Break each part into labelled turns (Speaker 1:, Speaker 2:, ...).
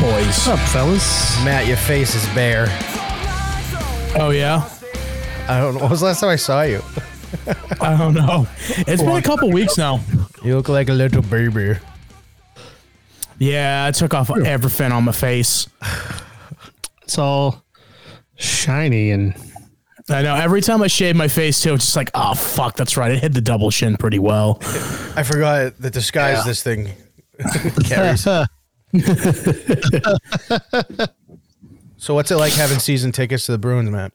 Speaker 1: boys?
Speaker 2: What's up, fellas?
Speaker 1: Matt, your face is bare.
Speaker 2: Oh yeah.
Speaker 1: I don't know. What was the last time I saw you?
Speaker 2: I don't know. It's been a couple weeks now.
Speaker 1: You look like a little baby.
Speaker 2: Yeah, I took off everything on my face.
Speaker 3: It's all shiny and
Speaker 2: I know. Every time I shave my face too, it's just like, oh fuck, that's right. It hit the double chin pretty well.
Speaker 1: I forgot that disguise this thing carries. so, what's it like having season tickets to the Bruins, Matt?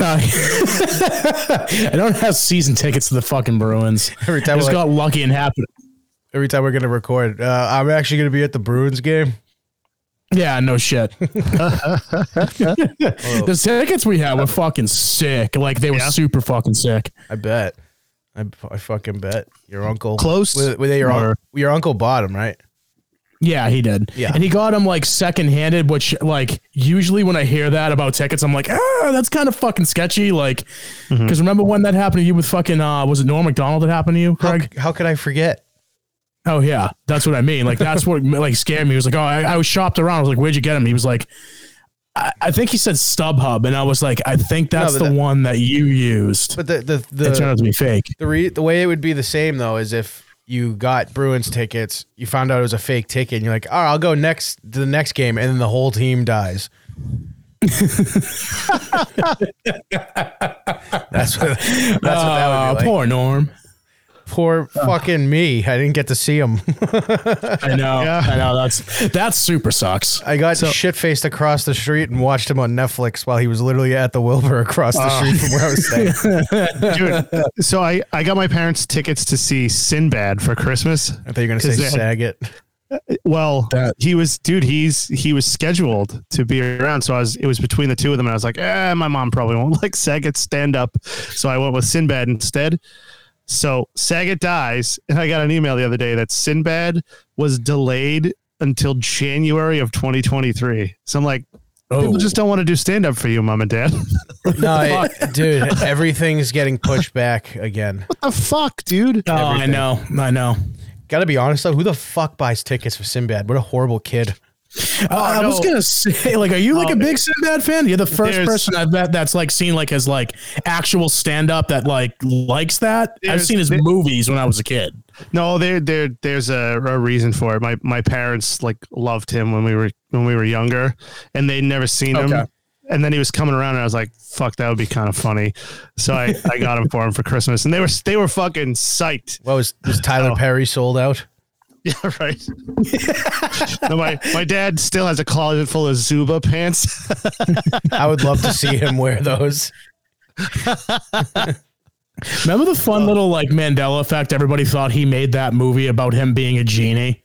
Speaker 2: Uh, I don't have season tickets to the fucking Bruins.
Speaker 1: Every
Speaker 2: I
Speaker 1: time,
Speaker 2: just
Speaker 1: we're, like-
Speaker 2: got lucky and happened.
Speaker 1: every time we're gonna record, uh, I'm actually gonna be at the Bruins game.
Speaker 2: Yeah, no shit. the tickets we had were fucking sick. Like they were super fucking sick.
Speaker 1: I bet. I, I fucking bet your uncle
Speaker 3: Close
Speaker 1: Were, were they your
Speaker 3: or-
Speaker 1: uncle? Your uncle bought them, right?
Speaker 2: Yeah, he did.
Speaker 1: Yeah.
Speaker 2: And he got him like second handed, which like usually when I hear that about tickets, I'm like, ah, that's kind of fucking sketchy. Like, because
Speaker 1: Mm-hmm.
Speaker 2: remember when that happened to you with fucking, uh, was it Norm McDonald that happened to you,
Speaker 1: How,
Speaker 2: Craig?
Speaker 1: how could I forget?
Speaker 2: Oh, yeah. That's what I mean. Like, that's what like scared me. He was like, oh, I, I was shopped around. I was like, where'd you get him? He was like, I, I think he said StubHub. And I was like, I think that's
Speaker 1: but
Speaker 2: the
Speaker 1: that-
Speaker 2: one that you used.
Speaker 1: But the the the,
Speaker 2: it turned out to be fake.
Speaker 1: The re- the way it would be the same though is if you got Bruins tickets, you found out it was a fake ticket, and you're like, "All right, I'll go next to the next game," and then the whole team dies. that's what that's what that
Speaker 2: Uh,
Speaker 1: would be like.
Speaker 2: Poor Norm.
Speaker 1: Ah, Poor, fucking me. I didn't get to see him.
Speaker 2: I know. I know. That's that super sucks.
Speaker 1: I got shit faced across the street and watched him on Netflix while he was literally at the Wilbur across the street from where I was staying.
Speaker 3: dude. so I I got my parents tickets to see Sinbad for Christmas.
Speaker 1: I thought you were gonna say
Speaker 3: Is that-
Speaker 1: Saget.
Speaker 3: Well,
Speaker 2: That-
Speaker 3: he was dude. He's he was scheduled to be around, so I was it was between the two of them, and I was like, eh, my mom probably won't like Saget stand up, so I went with Sinbad instead. So Saget dies, and I got an email the other day that Sinbad was delayed until January of 2023. So I'm like,
Speaker 2: Oh.
Speaker 3: people just don't want to do stand up for you, mom and dad. what
Speaker 1: No, I- dude, everything's getting pushed back again.
Speaker 3: the fuck, dude?
Speaker 2: Oh, I know. I know.
Speaker 1: Gotta be honest though, who the fuck buys tickets for Sinbad? What a horrible kid.
Speaker 2: Oh, I
Speaker 3: Oh, no.
Speaker 2: was
Speaker 3: Oh.
Speaker 2: gonna say, like, are you like a big Sinbad fan? You're the first
Speaker 3: There's-
Speaker 2: person I've met that's like seen like his like actual stand up that like likes that. I've
Speaker 3: There's-
Speaker 2: seen his movies when I was a kid.
Speaker 3: No, there, there, there's a, a reason for it. My my parents like loved him when we were when we were younger, and they'd never seen
Speaker 2: Okay.
Speaker 3: him. And then he was coming around, and I was like, "Fuck, that would be kind of funny." So I, I got him for him for Christmas, and they were they were fucking psyched.
Speaker 1: What was was Tyler
Speaker 3: Oh.
Speaker 1: Perry sold out?
Speaker 3: Yeah, right. No, my my dad still has a closet full of Zuba pants.
Speaker 1: I would love to see him wear those.
Speaker 2: Remember the
Speaker 3: Oh.
Speaker 2: fun little like Mandela effect? Everybody thought he made that movie about him being a genie.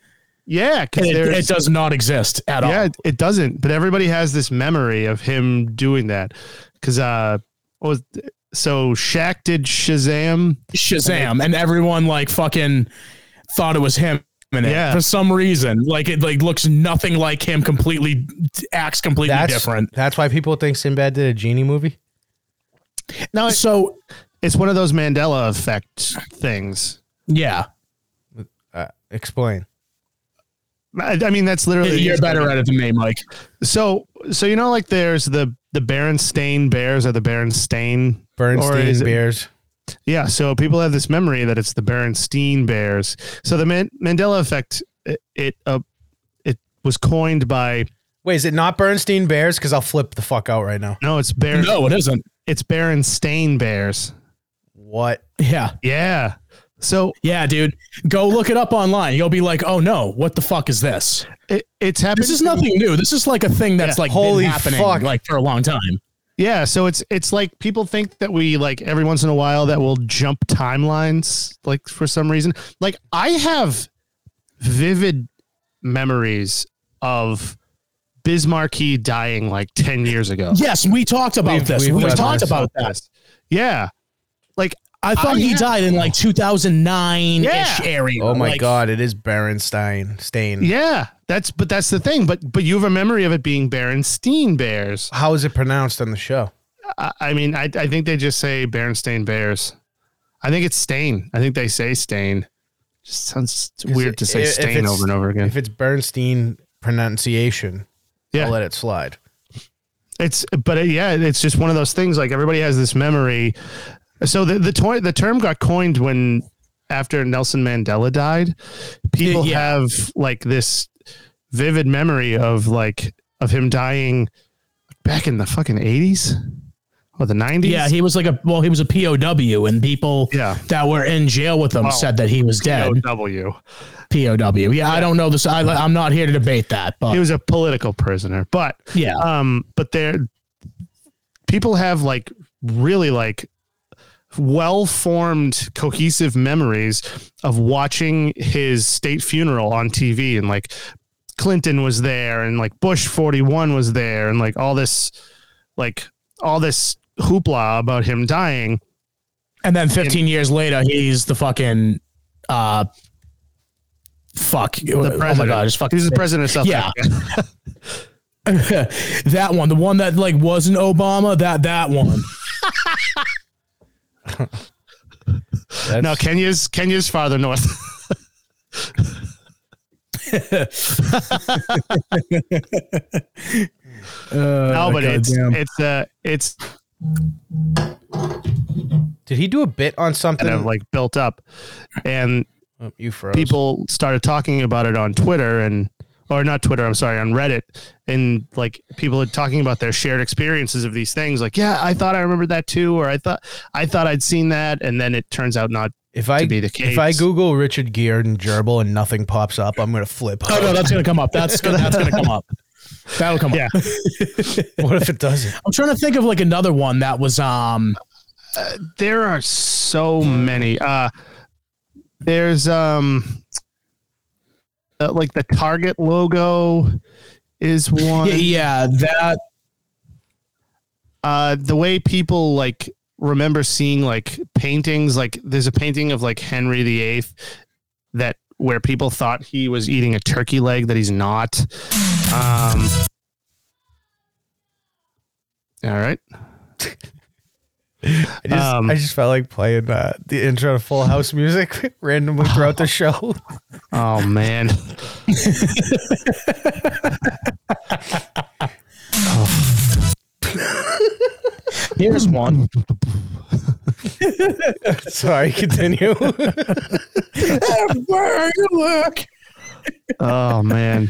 Speaker 3: yeah, because
Speaker 2: It, it does not exist at all.
Speaker 3: yeah, it- it doesn't. But everybody has this memory of him doing that because uh, what was so Shaq did Shazam.
Speaker 2: Shazam, and everyone like fucking thought it was him. In it
Speaker 3: Yeah.
Speaker 2: for some reason, like it like looks nothing like him. Completely acts completely
Speaker 1: That's
Speaker 2: different.
Speaker 1: That's why people think Sinbad did a genie movie.
Speaker 3: No,
Speaker 2: So
Speaker 3: It's one of those Mandela effect things.
Speaker 2: yeah,
Speaker 1: Uh, explain.
Speaker 3: I, I mean, that's literally
Speaker 2: you're better at it than me, Mike.
Speaker 3: So, so you know, like there's the the Berenstain Bears or the Berenstain or is
Speaker 1: Bernstein
Speaker 3: it-
Speaker 1: Bears.
Speaker 3: Yeah, so people have this memory that it's the Berenstein Bears. So the Man- Mandela effect, it it, uh, it was coined by
Speaker 1: Wait, is it not Bernstein Bears? Because I'll flip the fuck out right now.
Speaker 3: no, it's Bear,
Speaker 2: No, it isn't.
Speaker 3: it's Berenstain Bears.
Speaker 1: What?
Speaker 2: Yeah,
Speaker 3: Yeah. So
Speaker 2: yeah, dude. Go look it up online. You'll be like, oh no, what the fuck is this?
Speaker 3: it, it's happened.
Speaker 2: This is nothing new. This is like a thing that's
Speaker 3: Yeah,
Speaker 2: like
Speaker 1: holy
Speaker 2: holy been happening
Speaker 1: fuck.
Speaker 2: like for a long time.
Speaker 3: Yeah, so it's it's like people think that we like every once in a while that we'll jump timelines like for some reason. Like I have vivid memories of Bismarcky dying like 10 years ago.
Speaker 2: Yes, we talked about
Speaker 1: We've-
Speaker 2: this.
Speaker 1: we've
Speaker 2: we
Speaker 1: done
Speaker 2: talked
Speaker 1: this.
Speaker 2: about that.
Speaker 3: Yeah. Like
Speaker 2: I thought
Speaker 3: I
Speaker 2: he
Speaker 3: have-
Speaker 2: died in like 2009 ish
Speaker 3: Yeah.
Speaker 2: area.
Speaker 1: Oh my
Speaker 2: Like,
Speaker 1: god, it is Berenstein Stain.
Speaker 3: yeah, that's but that's the thing, but but you have a memory of it being Berenstein Bears.
Speaker 1: How is it pronounced on the show?
Speaker 3: I, I mean, I I think they just say Berenstain Bears. I think it's Stain. I think they say Stain. Just sounds weird to say
Speaker 1: If
Speaker 3: Stain
Speaker 1: it's-
Speaker 3: over and over again.
Speaker 1: If it's Bernstein pronunciation,
Speaker 3: Yeah.
Speaker 1: I'll let it slide.
Speaker 3: It's but uh, yeah, it's just one of those things. Like everybody has this memory. So the the, toy, the term got coined when after Nelson Mandela died, people
Speaker 2: Yeah.
Speaker 3: have like this vivid memory of like of him dying back in the fucking eighties or the nineties.
Speaker 2: Yeah, he was like a well, he was a POW, and people
Speaker 3: Yeah.
Speaker 2: that were in jail with him
Speaker 3: Oh.
Speaker 2: said that he was dead.
Speaker 3: W.
Speaker 2: POW. Yeah, I don't know this. I, I'm not here to debate that, but
Speaker 3: He was a political prisoner, but
Speaker 2: yeah,
Speaker 3: um but there people have like really like well-formed cohesive memories of watching his state funeral on TV and like Clinton was there and like Bush 41 was there and like all this like all this hoopla about him dying
Speaker 2: and then 15 years later, he's the fucking uh, fuck.
Speaker 3: the
Speaker 2: oh my
Speaker 3: president
Speaker 2: god, I just fucking
Speaker 3: he's the president of South
Speaker 2: Yeah.
Speaker 3: Africa.
Speaker 2: that one, the one that like wasn't Obama, that that one.
Speaker 1: That's,
Speaker 3: no Kenya's Kenya's farther north
Speaker 2: Oh
Speaker 3: no but it's
Speaker 2: goddamn.
Speaker 3: it's uh it's
Speaker 1: did he do a bit on something?
Speaker 3: kind of like built up and
Speaker 1: Oh, you froze.
Speaker 3: people started talking about it on Twitter and or not Twitter, I'm sorry, on Reddit and like people are talking about their shared experiences of these things like, yeah, I thought I remembered that too or I thought I thought I'd seen that and then it turns out not
Speaker 1: if I
Speaker 3: to be the
Speaker 1: if I
Speaker 3: case.
Speaker 1: Google Richard Gear and gerbil and nothing pops up, I'm gonna flip.
Speaker 2: Oh no, that's gonna come up. That's gonna that's gonna come up. That'll come
Speaker 3: Yeah.
Speaker 2: up.
Speaker 1: what if it doesn't?
Speaker 2: I'm trying to think of like another one that was um
Speaker 3: there are so many uh there's um uh, like the Target logo is one
Speaker 2: yeah, yeah that
Speaker 3: uh the way people like remember seeing like paintings like there's a painting of like henry viii that where people thought he was eating a turkey leg that he's not um all right
Speaker 1: I just,
Speaker 3: Um,
Speaker 1: I just felt like playing uh, the intro to Full House music randomly throughout the show.
Speaker 3: oh man
Speaker 2: here's one.
Speaker 1: Sorry, continue.
Speaker 2: Look.
Speaker 3: oh man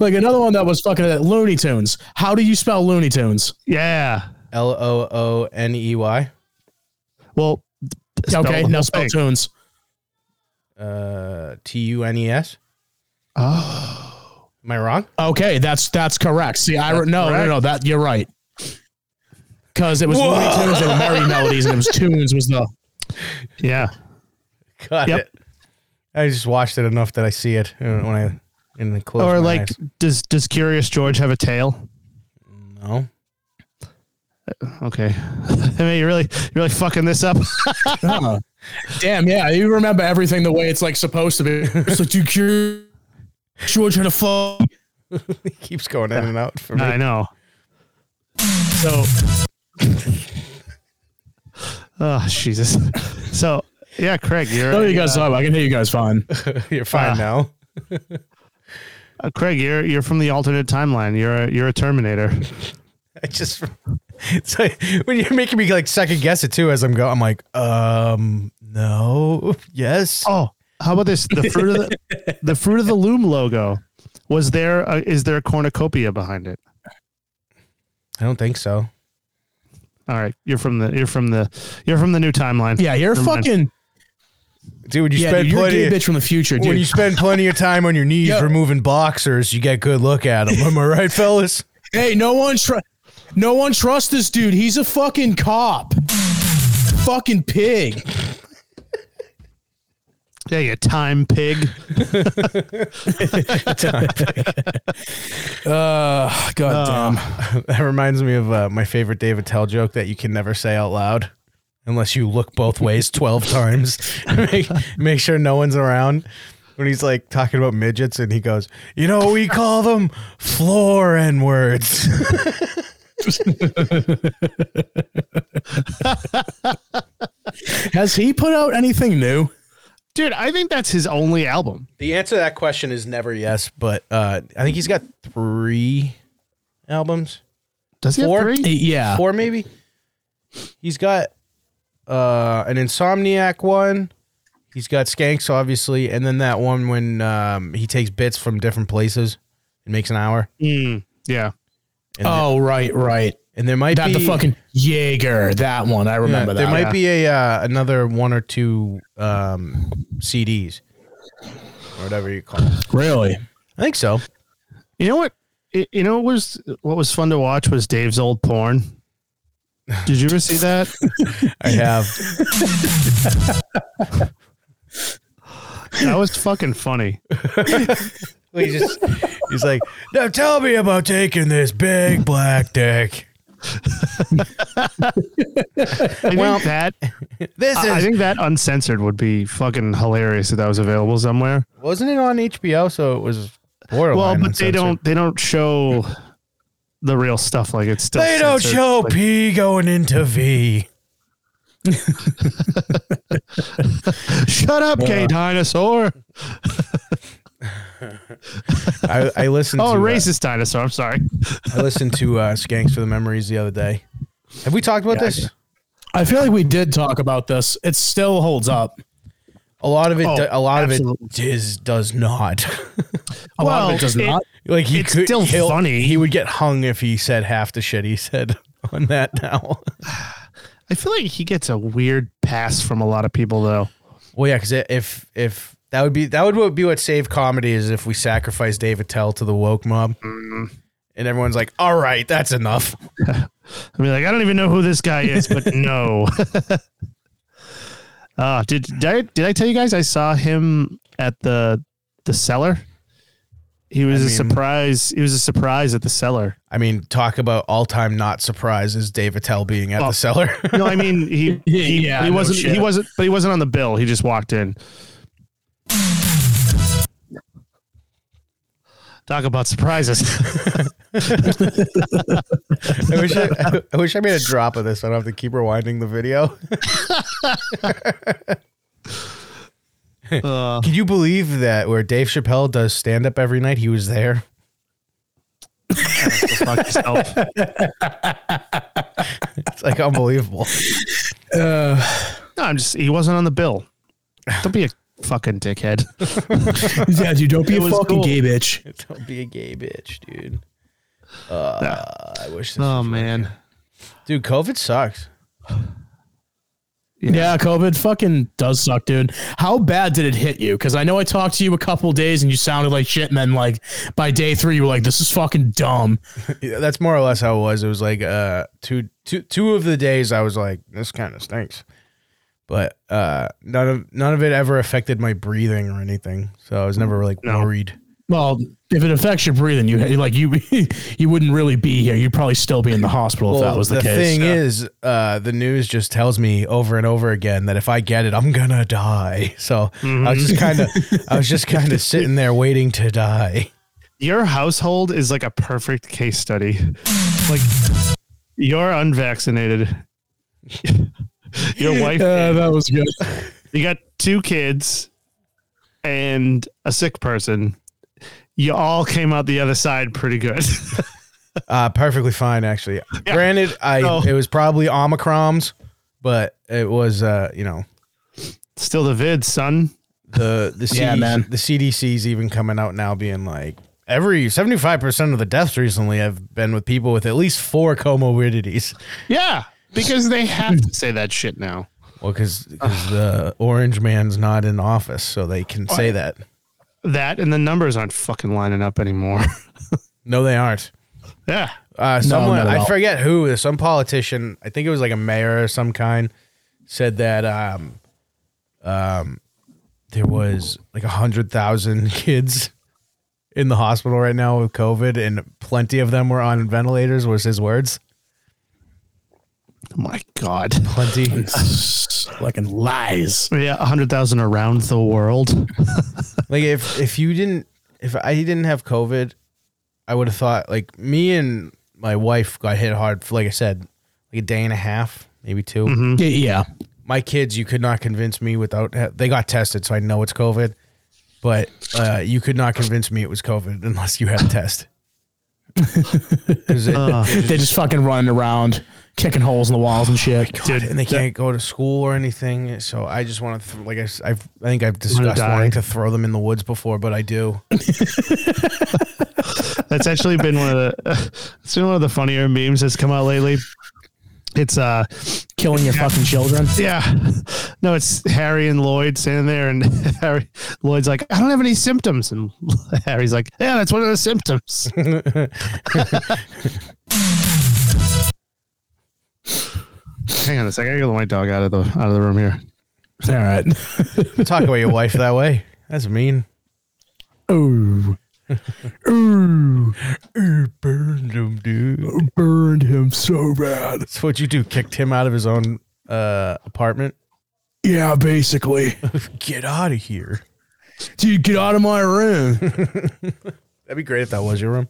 Speaker 2: Like another one that was fucking uh, Looney Tunes. How do you spell Looney Tunes?
Speaker 3: yeah
Speaker 1: L O O N E Y.
Speaker 3: well spell
Speaker 2: okay,
Speaker 3: the
Speaker 2: now
Speaker 3: whole
Speaker 2: spell
Speaker 3: thing.
Speaker 2: tunes.
Speaker 1: Uh, T U N E S.
Speaker 3: oh
Speaker 1: Am I wrong?
Speaker 2: Okay, that's that's correct. See, I re- no
Speaker 3: correct.
Speaker 2: no no that you're right. Because it was Looney Tunes, they were merry melodies, and it was tunes was the
Speaker 3: yeah
Speaker 1: Got
Speaker 3: Yep.
Speaker 1: it. I just watched it enough that I see it uh, when I in the close.
Speaker 3: or
Speaker 1: my
Speaker 3: like
Speaker 1: eyes.
Speaker 3: does does curious george have a tail
Speaker 1: no.
Speaker 3: okay i mean you really you're really fucking this up
Speaker 2: Huh. Damn, yeah, you remember everything the way it's like supposed to be. It's like you cure George had a fall.
Speaker 1: He keeps going in and out for me.
Speaker 3: i know
Speaker 2: So
Speaker 3: Oh Jesus! So yeah, Craig, you're uh,
Speaker 2: there you guys are. I can hear you guys fine.
Speaker 1: You're fine
Speaker 3: Ah.
Speaker 1: now.
Speaker 3: uh, Craig, you're you're from the alternate timeline. You're a, you're a Terminator.
Speaker 1: I just it's like when you're making me like second guess it too as I'm going. I'm like, um, no, yes.
Speaker 3: Oh, how about this? The fruit of the the fruit of the loom logo was there. A, is there a cornucopia behind it?
Speaker 1: I don't think so.
Speaker 3: All right, you're from the you're from the you're from the new timeline.
Speaker 2: Yeah, you're
Speaker 3: Never mind.
Speaker 2: fucking
Speaker 1: Dude, you
Speaker 2: yeah,
Speaker 1: spend
Speaker 2: dude, you're a
Speaker 1: plenty
Speaker 2: gay
Speaker 1: of,
Speaker 2: bitch from the future,
Speaker 1: when you
Speaker 2: dude.
Speaker 1: spend plenty of time on your knees
Speaker 2: Yo.
Speaker 1: removing boxers, you get good look at them. Am I right, fellas?
Speaker 2: Hey, no one tr- no one trusts this dude. He's a fucking cop. Fucking pig.
Speaker 3: Yeah, you time pig.
Speaker 2: Uh god damn.
Speaker 1: That reminds me of uh, my favorite David Tell joke that you can never say out loud unless you look both ways 12 times. make, make sure no one's around. When he's like talking about midgets and he goes, You know, what we call them floor N words.
Speaker 2: Has he put out anything new?
Speaker 3: Dude, I think that's his only album.
Speaker 1: The answer to that question is never yes, but uh, I think he's got three albums,
Speaker 3: Does he
Speaker 1: Four?
Speaker 3: have three?
Speaker 2: Yeah.
Speaker 1: four maybe. He's got uh, an Insomniac one. He's got Skanks, obviously, and then that one when um, he takes bits from different places and makes an hour.
Speaker 3: Mm, yeah.
Speaker 1: And, there-
Speaker 2: Oh, right, right.
Speaker 1: and there might
Speaker 2: That
Speaker 1: be
Speaker 2: the fucking Jaeger, that one. I
Speaker 1: yeah,
Speaker 2: remember that.
Speaker 1: there might be a uh, another one or two um, CDs or whatever you call. It.
Speaker 2: Really?
Speaker 1: I think so.
Speaker 3: You know what? y- You know what was what was fun to watch was Dave's old porn. Did you ever see that?
Speaker 1: I have.
Speaker 3: That was fucking funny.
Speaker 1: Well, He just he's like, now tell me about taking this big black dick.
Speaker 3: I
Speaker 1: Well,
Speaker 3: think that
Speaker 1: This is
Speaker 3: I I think that uncensored would be fucking hilarious if that was available somewhere.
Speaker 1: wasn't it on HBO, so it was borderline.
Speaker 3: Well, but they
Speaker 1: uncensored.
Speaker 3: don't they don't show the real stuff. Like it's still
Speaker 1: They don't
Speaker 3: censored.
Speaker 1: show
Speaker 3: Like,
Speaker 1: P going into V.
Speaker 3: Shut up, gay dinosaur.
Speaker 1: I, I listened.
Speaker 3: Oh,
Speaker 1: to, uh,
Speaker 3: racist dinosaur. I'm sorry.
Speaker 1: I listened to uh, Skanks for the Memories the other day. Have we talked about this?
Speaker 2: I feel like we did talk about this. It still holds up.
Speaker 1: A lot of it.
Speaker 3: Oh,
Speaker 1: do- a lot
Speaker 3: absolutely.
Speaker 1: of it is does not.
Speaker 2: A lot of it does
Speaker 3: Well, it-
Speaker 2: not.
Speaker 1: like he
Speaker 3: It's
Speaker 1: could,
Speaker 3: still
Speaker 1: he'll-
Speaker 3: funny.
Speaker 1: He would get hung if he said half the shit he said on that now.
Speaker 3: I feel like he gets a weird pass from a lot of people though.
Speaker 1: Well, yeah, because if if that would be that would what- be what saved comedy is if we sacrifice Dave Attell to the woke mob, and everyone's like, "All right, that's enough."
Speaker 3: I mean, like I don't even know who this guy is, but no. uh, did, did I did I tell you guys I saw him at the the cellar? He was a
Speaker 1: mean-
Speaker 3: surprise. He was a surprise at the cellar.
Speaker 1: I mean, talk about all time not surprises. Dave Attell being at
Speaker 3: Oh.
Speaker 1: the cellar.
Speaker 3: No, I mean he he,
Speaker 2: Yeah,
Speaker 3: he
Speaker 2: no
Speaker 3: wasn't
Speaker 2: shit.
Speaker 3: he wasn't but he wasn't on the bill. He just walked in. Talk about surprises.
Speaker 1: I wish I, I wish I made a drop of this. so I don't have to keep rewinding the video.
Speaker 3: Uh,
Speaker 1: Can you believe that where Dave Chappelle does stand up every night, he was there?
Speaker 3: go fuck yourself.
Speaker 1: It's like unbelievable.
Speaker 2: Uh,
Speaker 3: No, I'm just he wasn't on the bill. Don't be a fucking dickhead.
Speaker 2: yeah, dude, don't be
Speaker 3: It
Speaker 2: a
Speaker 3: was
Speaker 2: fucking
Speaker 3: cool.
Speaker 2: gay bitch.
Speaker 1: Don't be a gay bitch, dude. Uh, I wish. This
Speaker 3: Oh
Speaker 1: was-
Speaker 3: man.
Speaker 1: dude, COVID sucks.
Speaker 2: Yeah. COVID fucking does suck, dude. How bad did it hit you? Because I know I talked to you a couple days and you sounded like shit, and then like by day three you were like, "This is fucking dumb."
Speaker 1: Yeah, that's more or less how it was. It was like uh two two two of the days I was like, this kind of stinks. But uh none of none of it ever affected my breathing or anything. So I was never like
Speaker 3: No.
Speaker 1: worried.
Speaker 2: Well, if it affects your breathing, you like you you wouldn't really be here. You'd probably still be in the hospital if that was the, case.
Speaker 1: thing is, uh the news just tells me over and over again that if I get it, I'm gonna die. So I was just kinda
Speaker 2: Mm-hmm.
Speaker 1: I was just kinda sitting there waiting to die.
Speaker 3: Your household is like a perfect case study. Like you're unvaccinated. Your wife
Speaker 2: Uh, that was good.
Speaker 3: You got two kids and a sick person. You all came out the other side pretty good.
Speaker 1: Uh perfectly fine actually.
Speaker 3: Yeah.
Speaker 1: Granted, I
Speaker 3: No.
Speaker 1: it was probably Omicroms, but it was uh, you know,
Speaker 3: Still the vid, son.
Speaker 1: the the
Speaker 2: Yeah,
Speaker 1: CDC
Speaker 2: man.
Speaker 1: the CDC's even coming out now being like every 75% of the deaths recently have been with people with at least four comorbidities.
Speaker 3: Yeah, because they have to say that shit now.
Speaker 1: Well, cuz the orange man's not in office, so they can say that.
Speaker 3: That and the numbers aren't fucking lining up anymore.
Speaker 1: No, they aren't.
Speaker 3: yeah.
Speaker 1: Uh, someone
Speaker 2: not at
Speaker 1: I
Speaker 2: all.
Speaker 1: forget who, some politician, I think it was like a mayor of some kind, said that um, um, there was like a hundred thousand kids in the hospital right now with COVID, and plenty of them were on ventilators. Was his words?
Speaker 3: Oh my God.
Speaker 1: Plenty.
Speaker 2: Fucking lies.
Speaker 3: Yeah, 100,000 around the world.
Speaker 1: like if if you didn't, if I didn't have COVID, I would have thought like me and
Speaker 3: Mm-hmm.
Speaker 2: Mm-hmm.
Speaker 1: my wife got hit hard. For, like I said, like a day and a half, maybe 2
Speaker 2: Yeah, yeah.
Speaker 1: my kids, you could not convince me without they got tested, so I know it's COVID. But uh, you could not convince me it was COVID unless you had a test. 'Cause it-
Speaker 2: They're just fucking running around, kicking holes in the walls and shit.
Speaker 3: Dude,
Speaker 1: and they
Speaker 3: that-
Speaker 1: can't go to school or anything. So I just want to, th- like I, s- I've, I think I've discussed
Speaker 3: die.
Speaker 1: wanting to throw them in the woods before, but I do.
Speaker 3: That's actually been one of the it's been one of the funnier memes that's come out lately. It's uh
Speaker 2: Killing your fucking children.
Speaker 3: yeah. No, it's Harry and Lloyd standing there and Harry Lloyd's like, I don't have any symptoms and Harry's like, Yeah, that's one of the symptoms. Hang on a second, I gotta get my dog out of the out of the room here.
Speaker 2: All right.
Speaker 1: Talk about your wife that way. That's mean.
Speaker 2: Ooh. Ooh.
Speaker 1: Burned him, dude.
Speaker 2: Burned him so bad.
Speaker 1: That's what you do. Kicked him out of his own uh, apartment.
Speaker 2: Yeah, basically.
Speaker 1: Get out of here.
Speaker 2: Dude, get out of my room.
Speaker 1: That'd be great if that was your room.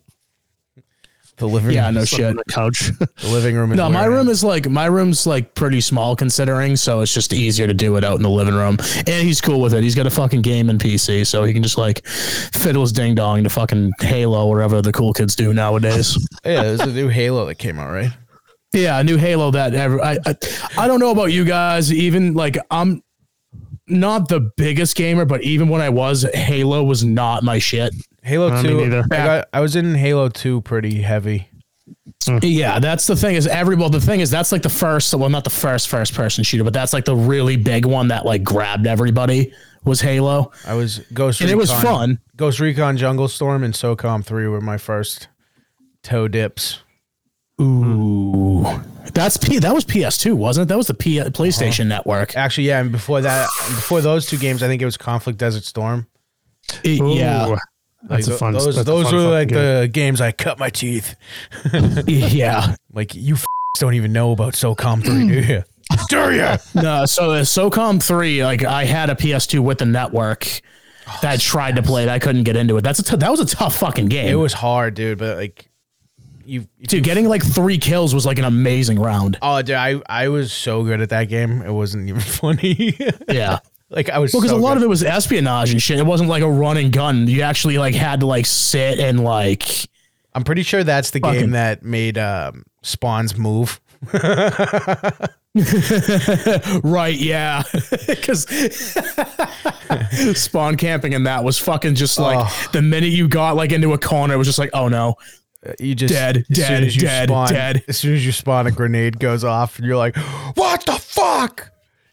Speaker 1: The living,
Speaker 2: Yeah, no
Speaker 3: Slept on the
Speaker 2: shit.
Speaker 3: couch.
Speaker 1: the living room. is
Speaker 2: No, my
Speaker 1: where-
Speaker 2: room is like my room's like pretty small considering, so it's just easier to do it out in the living room. And he's cool with it. He's got a fucking game and PC, so he can just like fiddle his ding dong to fucking Halo, whatever the cool kids do nowadays.
Speaker 1: Yeah, there's a new Halo that came out, right?
Speaker 2: Yeah, a new Halo that ever. I, I I don't know about you guys. Even like I'm not the biggest gamer, but even when I was, Halo was not my shit.
Speaker 1: Halo
Speaker 3: Uh, me
Speaker 1: Two.
Speaker 3: neither.
Speaker 1: I, got, I was in Halo Two pretty heavy.
Speaker 2: Yeah, that's the thing is every well the thing is that's like the first well not the first first person shooter, but that's like the really big one that like grabbed everybody was Halo.
Speaker 1: I was Ghost.
Speaker 2: And it
Speaker 1: Recon,
Speaker 2: was fun.
Speaker 1: Ghost Recon Jungle Storm and SOCOM Three were my first toe dips.
Speaker 2: Ooh. That's P that was PS2, wasn't it? That was the P PlayStation network.
Speaker 1: Actually, yeah, and before that, before those two games, I think it was Conflict Desert Storm.
Speaker 2: yeah.
Speaker 3: Ooh, That's
Speaker 1: Like,
Speaker 3: a fun.
Speaker 1: Those
Speaker 3: that's a
Speaker 1: those
Speaker 3: fun
Speaker 1: were
Speaker 3: fucking
Speaker 1: like
Speaker 3: game.
Speaker 1: the games I cut my teeth.
Speaker 2: Yeah.
Speaker 1: Like you f- don't even know about SOCOM Three, do you? do you?
Speaker 2: No, so the SOCOM 3, like I had a PS2 with the network that I tried to play it. I couldn't get into it. That's a t- that was a tough fucking game.
Speaker 1: It was hard, dude. But like, you,
Speaker 2: Dude, getting like three kills was like an amazing round.
Speaker 1: oh, dude, I I was so good at that game. It wasn't even funny.
Speaker 2: Yeah.
Speaker 1: like I was
Speaker 2: Because
Speaker 1: so
Speaker 2: a lot
Speaker 1: good.
Speaker 2: of it was espionage and shit. It wasn't like a run and gun. You actually like had to like sit and like
Speaker 1: I'm pretty sure that's the
Speaker 2: Fucking-
Speaker 1: game that made um, Spawn's move.
Speaker 2: right, yeah, because spawn camping and that was fucking just like
Speaker 1: Oh.
Speaker 2: the minute you got like into a corner, it was just like, oh no,
Speaker 1: You just
Speaker 2: Dead,
Speaker 1: as soon
Speaker 2: dead,
Speaker 1: as you
Speaker 2: dead,
Speaker 1: spawn,
Speaker 2: dead.
Speaker 1: As soon as you spawn, a grenade goes off, and you're like, "What the fuck?"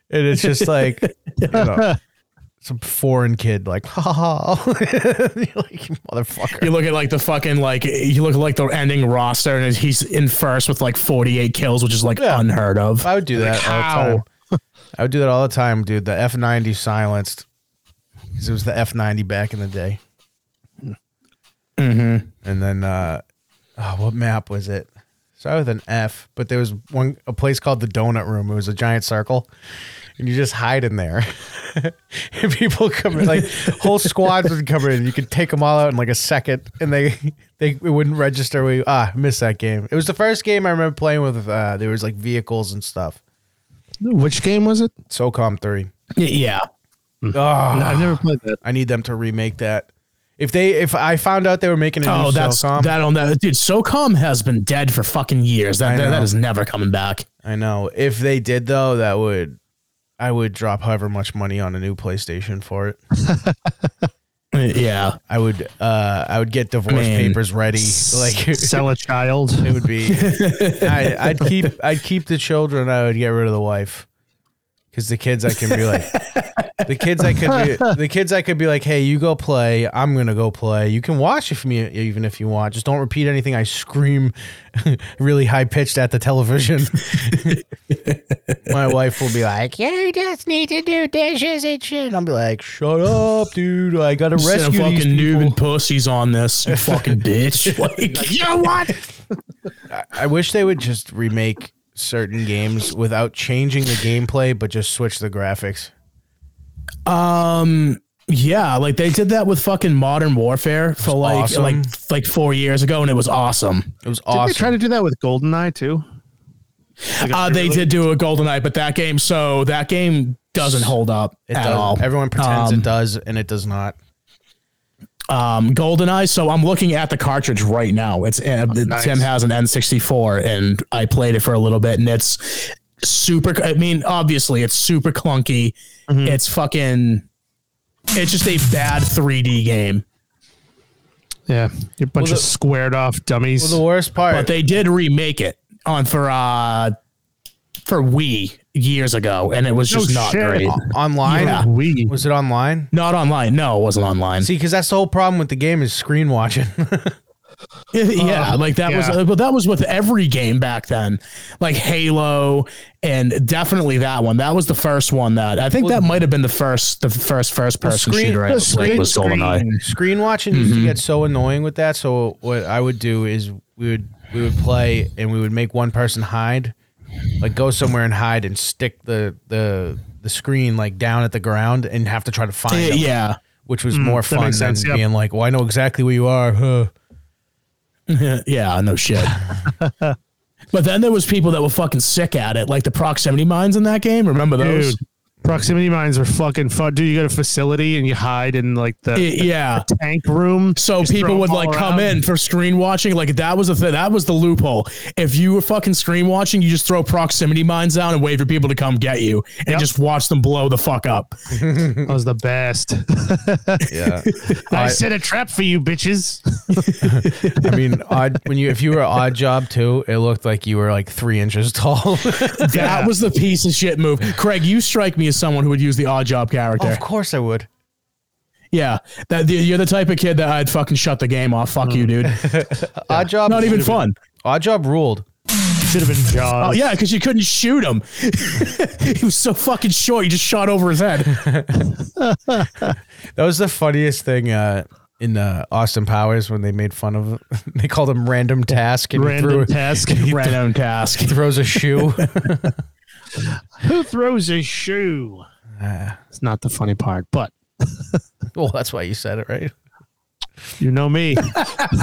Speaker 1: And it's just like you know, some foreign kid, like, "Ha ha!" ha." you're like, "You "Motherfucker!"
Speaker 2: you look at like the fucking like you look at like the ending roster and he's in first with like forty eight kills, which is like
Speaker 1: Yeah.
Speaker 2: unheard of.
Speaker 1: I would do that all the
Speaker 2: how?
Speaker 1: time. I would do that all the time, dude. The F90 silenced because it was the F90 back in the day. Mm-hmm. And then, uh, oh, what map was it? Started with an F, but there was one a place called the Donut Room. It was a giant circle, and you just hide in there. and people come in, like whole squads would come in. You could take them all out in like a second, and they they it wouldn't register. We ah missed that game. It was the first game I remember playing with. Uh, there was like vehicles and stuff.
Speaker 3: Which game was it?
Speaker 1: SOCOM three.
Speaker 2: Y- Yeah,
Speaker 1: Oh,
Speaker 3: I've never played that.
Speaker 1: I need them to remake that. If they, if I found out they were making a new
Speaker 2: oh, that's
Speaker 1: SOCOM,
Speaker 2: that on that dude. SOCOM has been dead for fucking years. That
Speaker 1: I
Speaker 2: that-
Speaker 1: know.
Speaker 2: that is never coming back.
Speaker 1: I know. If they did though, that would, I would drop however much money on a new PlayStation for it.
Speaker 2: Yeah.
Speaker 1: I would, uh, I would get divorce
Speaker 2: Man.
Speaker 1: papers ready. Like it
Speaker 3: Sell a child.
Speaker 1: would be. I, I'd keep, I'd keep the children. I would get rid of the wife. Cause the kids I can be like, the kids I could be, the kids I could be like, hey, you go play. I'm gonna go play. You can watch if me even if you want. Just don't repeat anything I scream really high pitched at the television. My wife will be like, you just need to do dishes and shit. I'll be like, shut up, dude. I gotta
Speaker 2: Send
Speaker 1: rescue
Speaker 2: fucking
Speaker 1: these
Speaker 2: noob
Speaker 1: people.
Speaker 2: and pussies on this, you fucking bitch. Like, you know what?
Speaker 1: I wish they would just remake certain games without changing the gameplay, but just switch the graphics.
Speaker 2: Um, yeah, like they did that with fucking Modern Warfare for like
Speaker 1: awesome.
Speaker 2: like like four years ago, and it was awesome.
Speaker 1: It was
Speaker 3: Did
Speaker 1: awesome.
Speaker 3: they try to do that with GoldenEye too? Like a
Speaker 2: Uh, they
Speaker 3: pre-release?
Speaker 2: did do a Golden Knight, but that game, so that game doesn't hold up
Speaker 1: It
Speaker 2: at
Speaker 1: does.
Speaker 2: all.
Speaker 1: Everyone pretends
Speaker 2: Um,
Speaker 1: it does, and it does not.
Speaker 2: um, GoldenEye. So I'm looking at the cartridge right now. It's uh,
Speaker 3: Oh, nice.
Speaker 2: Tim has an N64, and I played it for a little bit, and it's super. I mean, obviously, it's super clunky.
Speaker 3: Mm-hmm.
Speaker 2: It's fucking. It's just a bad 3D game,
Speaker 3: Yeah, a
Speaker 1: Well,
Speaker 3: bunch
Speaker 1: the-
Speaker 3: of squared off dummies.
Speaker 1: Well, the worst part.
Speaker 2: but they did remake it on for uh for Wii years ago, and it was
Speaker 3: No
Speaker 2: just not
Speaker 3: shit.
Speaker 2: great.
Speaker 1: online
Speaker 2: Yeah.
Speaker 3: we
Speaker 1: was it online?
Speaker 2: Not online. No, it wasn't online.
Speaker 1: See, because that's the whole problem with the game is screen watching.
Speaker 2: yeah,
Speaker 1: Um,
Speaker 2: like that
Speaker 3: yeah.
Speaker 2: was, uh, but that was with every game back then, like Halo, and definitely that one. That was the first one that I think that might have been the first, the first first person
Speaker 1: screen-
Speaker 2: shooter I
Speaker 1: the
Speaker 2: ever played
Speaker 1: screen-
Speaker 2: was Mm-hmm. GoldenEye.
Speaker 1: screen watching used to get so annoying with that. So what I would do is we would we would play and we would make one person hide, like go somewhere and hide and stick the the the screen like down at the ground and have to try to find
Speaker 2: Yeah, Mm,
Speaker 1: them,
Speaker 2: yeah.
Speaker 1: which was more fun than
Speaker 3: makes sense, yeah.
Speaker 1: being like, "Well, I know exactly where you are." Huh.
Speaker 2: yeah, no shit. but then there was people that were fucking sick at it, like the proximity mines in that game. Remember those?
Speaker 3: dude. Proximity mines are fucking fun, dude. You got a facility and you hide in like the
Speaker 2: Y- yeah.
Speaker 3: tank room.
Speaker 2: So
Speaker 3: Just throw
Speaker 2: people would
Speaker 3: them
Speaker 2: like
Speaker 3: all
Speaker 2: come
Speaker 3: around.
Speaker 2: in for screen watching. Like that was the thing. That was the loophole. If you were fucking screen watching, you just throw proximity mines down and wait for people to come get you and
Speaker 3: Yep.
Speaker 2: just watch them blow the fuck up.
Speaker 3: That was the best.
Speaker 1: Yeah,
Speaker 3: I
Speaker 1: I-
Speaker 3: set a trap for you, bitches.
Speaker 1: I mean, odd when you if you were an odd job too, it looked like you were like three inches tall.
Speaker 2: That was the piece of shit move. Craig, you strike me as someone who would use the odd job character.
Speaker 1: of course, I would.
Speaker 2: Yeah, that the, you're the type of kid that I'd fucking shut the game off. Fuck
Speaker 3: Mm.
Speaker 2: you, dude.
Speaker 1: Odd job,
Speaker 2: Not even
Speaker 1: should've been-
Speaker 2: fun.
Speaker 1: Odd job ruled.
Speaker 3: Should have been
Speaker 2: Oh
Speaker 3: Jaws.
Speaker 2: yeah, because you couldn't shoot him. he was so fucking short. You just shot over his head.
Speaker 1: That was the funniest thing uh, in uh, Austin Powers when they made fun of. They called him Random Task, and he,
Speaker 3: Random
Speaker 1: threw,
Speaker 3: task.
Speaker 2: Random task.
Speaker 1: he throws a shoe.
Speaker 3: Who throws a shoe? it's not the funny part, but
Speaker 1: well, that's why you said it, right?
Speaker 3: you know me.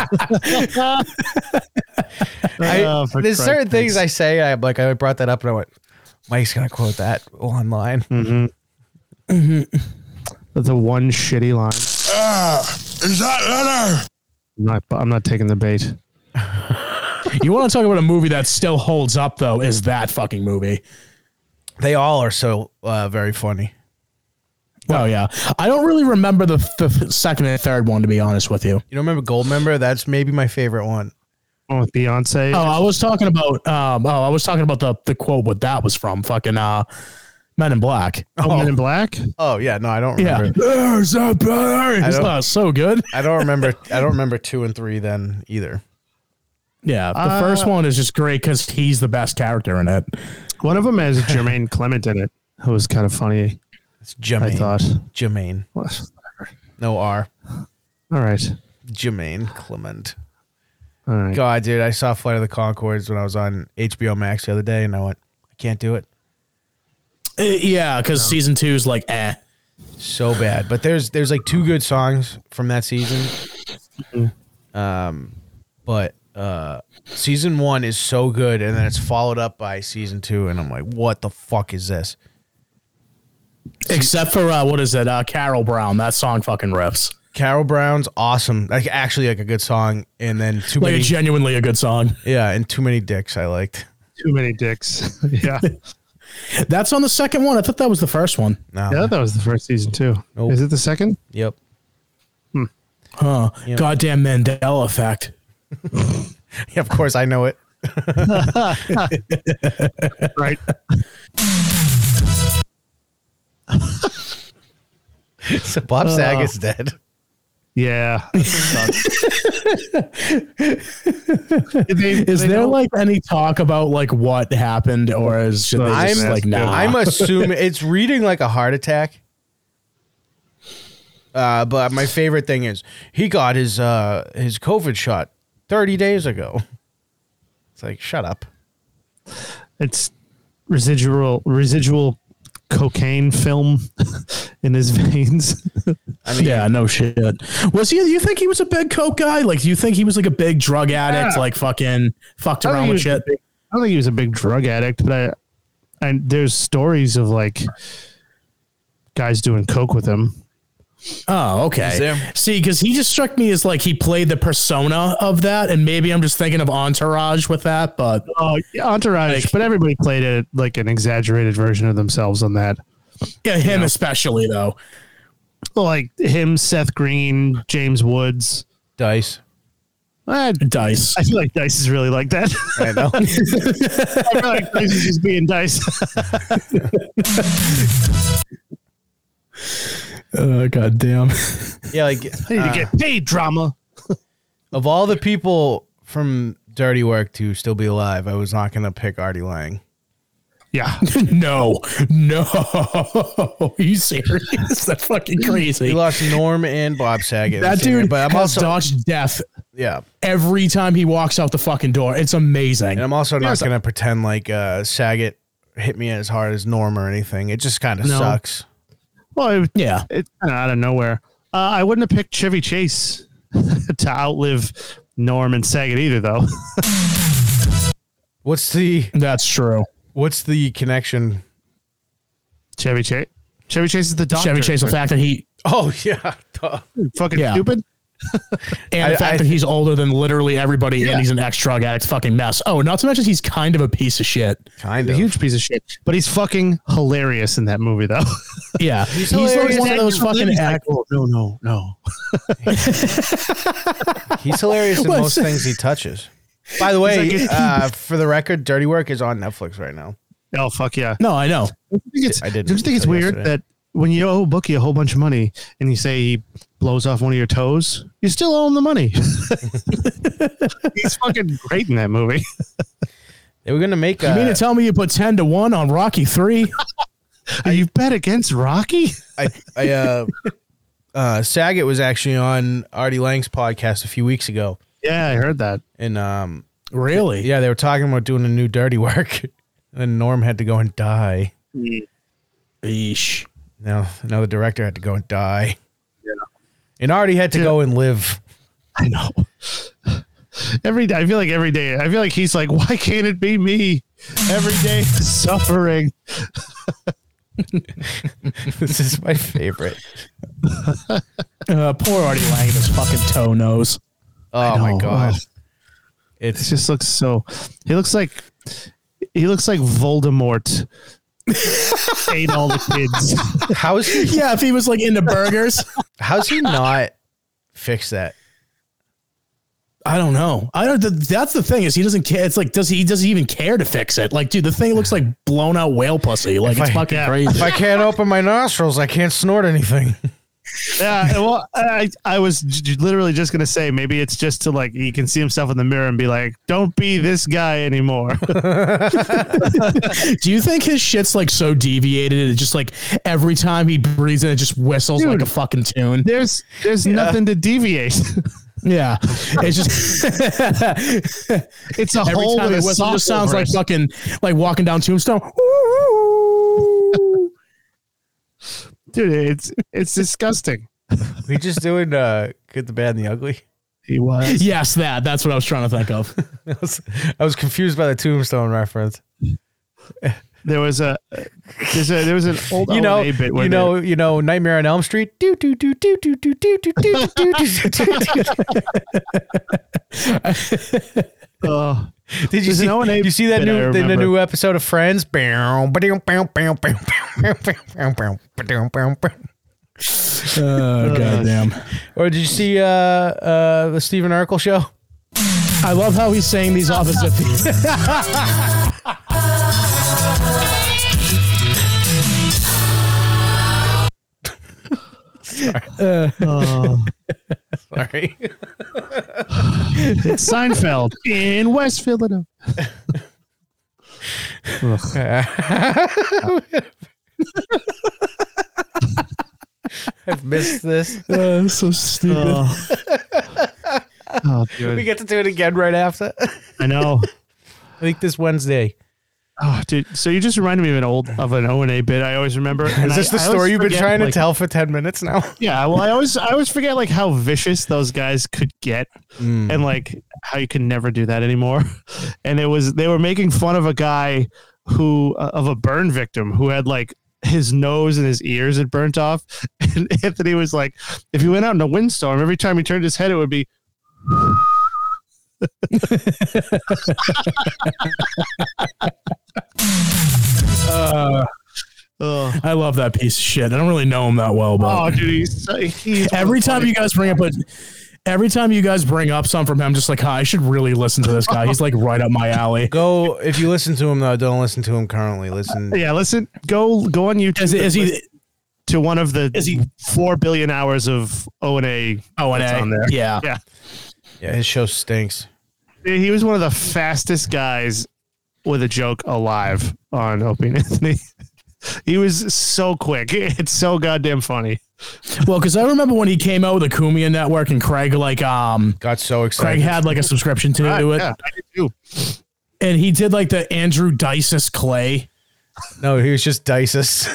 Speaker 1: I-
Speaker 3: Oh, for
Speaker 1: there's
Speaker 3: Christ's
Speaker 1: certain things
Speaker 3: sakes.
Speaker 1: I say. I like. I brought that up, and I went, "Mike's gonna quote that online."
Speaker 3: Hmm. That's a one shitty line.
Speaker 4: Ah, Is that letter?
Speaker 3: I'm not, I'm not taking the bait.
Speaker 2: You want to talk about a movie that still holds up though? Is that fucking movie?
Speaker 1: They all are so uh, very funny.
Speaker 2: Oh yeah, I don't really remember the, the second and third one to be honest with you.
Speaker 1: You don't remember Goldmember? That's maybe my favorite one.
Speaker 3: One with Beyonce.
Speaker 2: Oh, I was talking about um, oh, I was talking about the the quote what that was from fucking uh, Men in Black.
Speaker 3: Oh, Men in Black.
Speaker 1: Oh yeah, no, I don't remember.
Speaker 2: Yeah, there's a bird.
Speaker 1: don't-
Speaker 2: Oh, so good.
Speaker 1: I don't remember. I don't remember two and three then either.
Speaker 2: Yeah, the first one is just great because he's the best character in it.
Speaker 3: One of them has Jermaine Clement in it, who was kind of funny.
Speaker 1: It's Jermaine.
Speaker 3: I thought.
Speaker 1: Jermaine.
Speaker 3: All
Speaker 1: No R.
Speaker 3: right.
Speaker 1: Jermaine Clement.
Speaker 3: All right.
Speaker 1: God, dude, I saw Flight of the Concords when I was on HBO Max the other day, and I went, I can't do it.
Speaker 2: Uh, yeah, because season two is like eh.
Speaker 1: So bad. But there's there's like two good songs from that season. Um, but uh, season one is so good, and then it's followed up by season two, and I'm like, what the fuck is this?
Speaker 2: Except for uh, what is it? Uh, Carol Brown. That song fucking rips.
Speaker 1: Carol Brown's awesome. Like actually like a good song, and then too
Speaker 2: Like
Speaker 1: many
Speaker 2: genuinely a good song.
Speaker 1: yeah, and too many dicks I liked.
Speaker 3: Too many dicks. yeah.
Speaker 1: Uh-huh.
Speaker 2: That's on the second one. I thought that was the first one.
Speaker 1: No.
Speaker 3: Yeah, that was the first season too.
Speaker 1: Nope.
Speaker 3: Is it the second?
Speaker 1: Yep.
Speaker 2: Huh. Goddamn Mandela effect.
Speaker 1: Yeah, of course I know it.
Speaker 3: Right.
Speaker 1: So Bob
Speaker 2: Uh,
Speaker 1: Saget's dead.
Speaker 3: yeah. that sucks. Did they-
Speaker 2: Is
Speaker 3: they
Speaker 2: there
Speaker 3: know-
Speaker 2: like any talk about like what happened or is it
Speaker 3: I'm-
Speaker 2: just like
Speaker 3: I'm-
Speaker 2: nah?
Speaker 1: I'm assuming it's reading like a heart attack. Uh, but my favorite thing is he got his uh his COVID shot 30 days ago. It's like shut up.
Speaker 3: it's residual residual cocaine film in his veins?
Speaker 2: yeah, no shit. Was he? You think he was a big coke guy? Like, you think he was like a big drug addict?
Speaker 3: Yeah.
Speaker 2: Like, fucking fucked
Speaker 3: I think
Speaker 2: around
Speaker 3: he
Speaker 2: with
Speaker 3: was
Speaker 2: shit.
Speaker 3: I don't think he was a big drug addict, but I, and there's stories of like guys doing coke with him.
Speaker 2: Oh, okay.
Speaker 1: there?
Speaker 2: See, because he just struck me as like he played the persona of that, and maybe I'm just thinking of Entourage with that, but
Speaker 3: Oh, yeah, Entourage, but everybody played it like an exaggerated version of themselves on that.
Speaker 2: yeah, him especially though.
Speaker 3: Like him, Seth Green, James Woods.
Speaker 1: Dice.
Speaker 3: Eh,
Speaker 2: Dice.
Speaker 3: I feel like Dice is really like that.
Speaker 1: I know.
Speaker 3: I feel like Dice is just being Dice.
Speaker 2: Oh god damn.
Speaker 1: yeah, like
Speaker 3: I need
Speaker 1: uh,
Speaker 3: to get paid drama.
Speaker 1: of all the people from Dirty Work to still be alive, I was not gonna pick Artie Lang.
Speaker 3: Yeah.
Speaker 2: no. No. Are you serious? That's fucking
Speaker 1: He
Speaker 2: crazy.
Speaker 1: lost Norm and Bob Saget. in the
Speaker 2: That
Speaker 1: same year,
Speaker 2: dude
Speaker 1: but I'm
Speaker 2: has
Speaker 1: also
Speaker 2: dodged death
Speaker 1: yeah,
Speaker 2: every time he walks out the fucking door. It's amazing.
Speaker 1: and I'm also not
Speaker 3: Yes.
Speaker 1: gonna pretend like uh, Saget hit me as hard as Norm or anything. It just kind of
Speaker 3: No.
Speaker 1: sucks.
Speaker 3: Well, it,
Speaker 2: Yeah.
Speaker 3: it's kind of out of nowhere. Uh, I wouldn't have picked Chevy Chase to outlive Norm and Saget either, though.
Speaker 1: What's the
Speaker 2: That's true.
Speaker 1: what's the connection?
Speaker 3: Chevy Chase. Chevy Chase is the doctor.
Speaker 2: Chevy Chase, the fact that he
Speaker 1: Oh yeah, duh.
Speaker 3: Fucking
Speaker 2: Yeah.
Speaker 3: stupid.
Speaker 2: and the
Speaker 1: I-
Speaker 2: fact
Speaker 1: I
Speaker 2: that he's older than literally everybody
Speaker 3: Yeah.
Speaker 2: and he's an ex drug addict fucking mess. Oh, not to mention he's kind of a piece of shit.
Speaker 1: kind
Speaker 3: A
Speaker 1: of.
Speaker 3: huge piece of shit. But he's fucking hilarious in that movie, though.
Speaker 2: Yeah. He's, like
Speaker 1: hilarious.
Speaker 2: one of those fucking
Speaker 3: He's
Speaker 2: act-
Speaker 3: like, "Oh, no, no, no.
Speaker 1: He's hilarious in
Speaker 2: Well,
Speaker 1: most
Speaker 2: it's-
Speaker 1: things he touches. By the way,
Speaker 3: He's like-
Speaker 1: uh, for the record, Dirty Work is on Netflix right now.
Speaker 3: Oh, fuck yeah.
Speaker 2: No, I know.
Speaker 3: Don't you think it's,
Speaker 1: I didn't
Speaker 3: Don't you think it's
Speaker 1: until
Speaker 3: weird
Speaker 1: yesterday.
Speaker 3: that when you owe Bookie a whole bunch of money and you say he blows off one of your toes, you still owe him the money? He's fucking great in that movie.
Speaker 1: They were gonna make.
Speaker 2: You mean
Speaker 1: uh,
Speaker 2: to tell me you put ten to one on Rocky three?
Speaker 3: Are you bet against Rocky?
Speaker 1: I, I uh, uh, Saget was actually on Artie Lang's podcast a few weeks ago,
Speaker 3: Yeah, I heard that.
Speaker 1: and um,
Speaker 2: Really?
Speaker 1: yeah, they were talking about doing a new Dirty Work, and Norm had to go and die.
Speaker 2: Eesh.
Speaker 1: Now, now the director had to go and die. And Artie had to go and live.
Speaker 3: I know. Every day, I feel like every day, I feel like he's like, why can't it be me? Every day suffering.
Speaker 1: this is my favorite.
Speaker 2: Uh, poor Artie Lang, with his fucking toe nose.
Speaker 1: Oh
Speaker 3: know.
Speaker 1: my god,
Speaker 3: Ugh. It
Speaker 1: it's
Speaker 3: just looks so. He looks like he looks like Voldemort. ate all the kids.
Speaker 1: how is he?
Speaker 2: Yeah, if he was like into burgers,
Speaker 1: How's he not fix that?
Speaker 2: I don't know. I don't. th- That's the thing is he doesn't care. It's like does he does he even care to fix it? Like, dude, the thing looks like blown out whale pussy. Like
Speaker 1: If
Speaker 2: it's
Speaker 1: I-
Speaker 2: fucking
Speaker 3: yeah.
Speaker 2: crazy.
Speaker 1: If I can't open my nostrils, I can't snort anything.
Speaker 3: Yeah, well, I I was j- j- literally just gonna say maybe it's just to like he can see himself in the mirror and be like, "Don't be this guy anymore."
Speaker 2: Do you think his shit's like so deviated? It just like every time he breathes in, it just whistles like
Speaker 3: Dude.
Speaker 2: a fucking tune.
Speaker 3: there's there's nothing to deviate.
Speaker 2: Yeah, it's just
Speaker 3: It's a
Speaker 2: every
Speaker 3: whole
Speaker 2: time
Speaker 3: with
Speaker 2: it
Speaker 3: a
Speaker 2: whistles, it
Speaker 3: soft
Speaker 2: just sounds
Speaker 3: over
Speaker 2: like
Speaker 3: it.
Speaker 2: fucking like walking down Tombstone.
Speaker 3: dude. It's it's disgusting.
Speaker 1: we just doing uh, good, the bad, and the ugly.
Speaker 3: He was.
Speaker 2: yes, that. That's what I was trying to think of.
Speaker 1: I was, I was confused by the tombstone reference.
Speaker 3: There was a there's a there was an old
Speaker 1: You know,
Speaker 3: O&A bit where
Speaker 1: you know, you know, Nightmare on Elm Street. Do do do do do do do do do do do. do.
Speaker 3: they- uh,
Speaker 1: Did you
Speaker 3: There's an
Speaker 1: see?
Speaker 3: O&A
Speaker 1: You see that
Speaker 3: bit I
Speaker 1: new the, the
Speaker 3: remember.
Speaker 1: new episode of Friends? Bow, ba-dum, bow, bow, bow, bow, bow, bow, bow, ba-dum, bow, bow.
Speaker 2: Oh goddamn!
Speaker 1: Or did you see uh, uh, the Stephen Urkel show?
Speaker 2: I love how he's saying these off as if
Speaker 1: Sorry,
Speaker 3: it's Seinfeld in West Philadelphia.
Speaker 1: I've missed this.
Speaker 2: uh, so stupid.
Speaker 3: Oh,
Speaker 1: We
Speaker 3: dude,
Speaker 1: get to do it again right after.
Speaker 3: I know.
Speaker 1: I think this Wednesday.
Speaker 3: Oh, dude. So you just reminded me of an old of an O and A bit I always remember.
Speaker 1: Is this the story you've been trying to tell for 10 minutes now?
Speaker 3: Yeah, well, I always I always forget like how vicious those guys could get, and like how you can never do that anymore. And it was they were making fun of a guy who uh, of a burn victim who had like his nose and his ears had burnt off. And Anthony was like, if he went out in a windstorm, every time he turned his head, it would be. Oh,
Speaker 2: I love that piece of shit. I don't really know him that well, but
Speaker 3: oh dude, he's, so- he's
Speaker 2: every time you guys bring up a, every time you guys bring up something from him, I'm just like, huh, I should really listen to this guy. He's like right up my alley.
Speaker 1: Go, if you listen to him, though, don't listen to him currently. Listen.
Speaker 3: yeah, listen, go go on YouTube.
Speaker 2: Is, is he?
Speaker 3: to one of the
Speaker 2: Is he-
Speaker 3: four billion hours of O and A.
Speaker 2: Oh, and
Speaker 3: that's on there.
Speaker 2: A. Yeah.
Speaker 3: Yeah,
Speaker 1: Yeah, his show stinks.
Speaker 3: he was one of the fastest guys with a joke alive on Opie and Anthony. he was so quick. It's so goddamn funny.
Speaker 2: Well, because I remember when he came out with the Kumia Network and Craig like um
Speaker 1: Got so excited.
Speaker 2: Craig had like a subscription to, to it,
Speaker 3: Yeah, I did too.
Speaker 2: and he did like the Andrew Dices Clay.
Speaker 1: no, he was just Dices.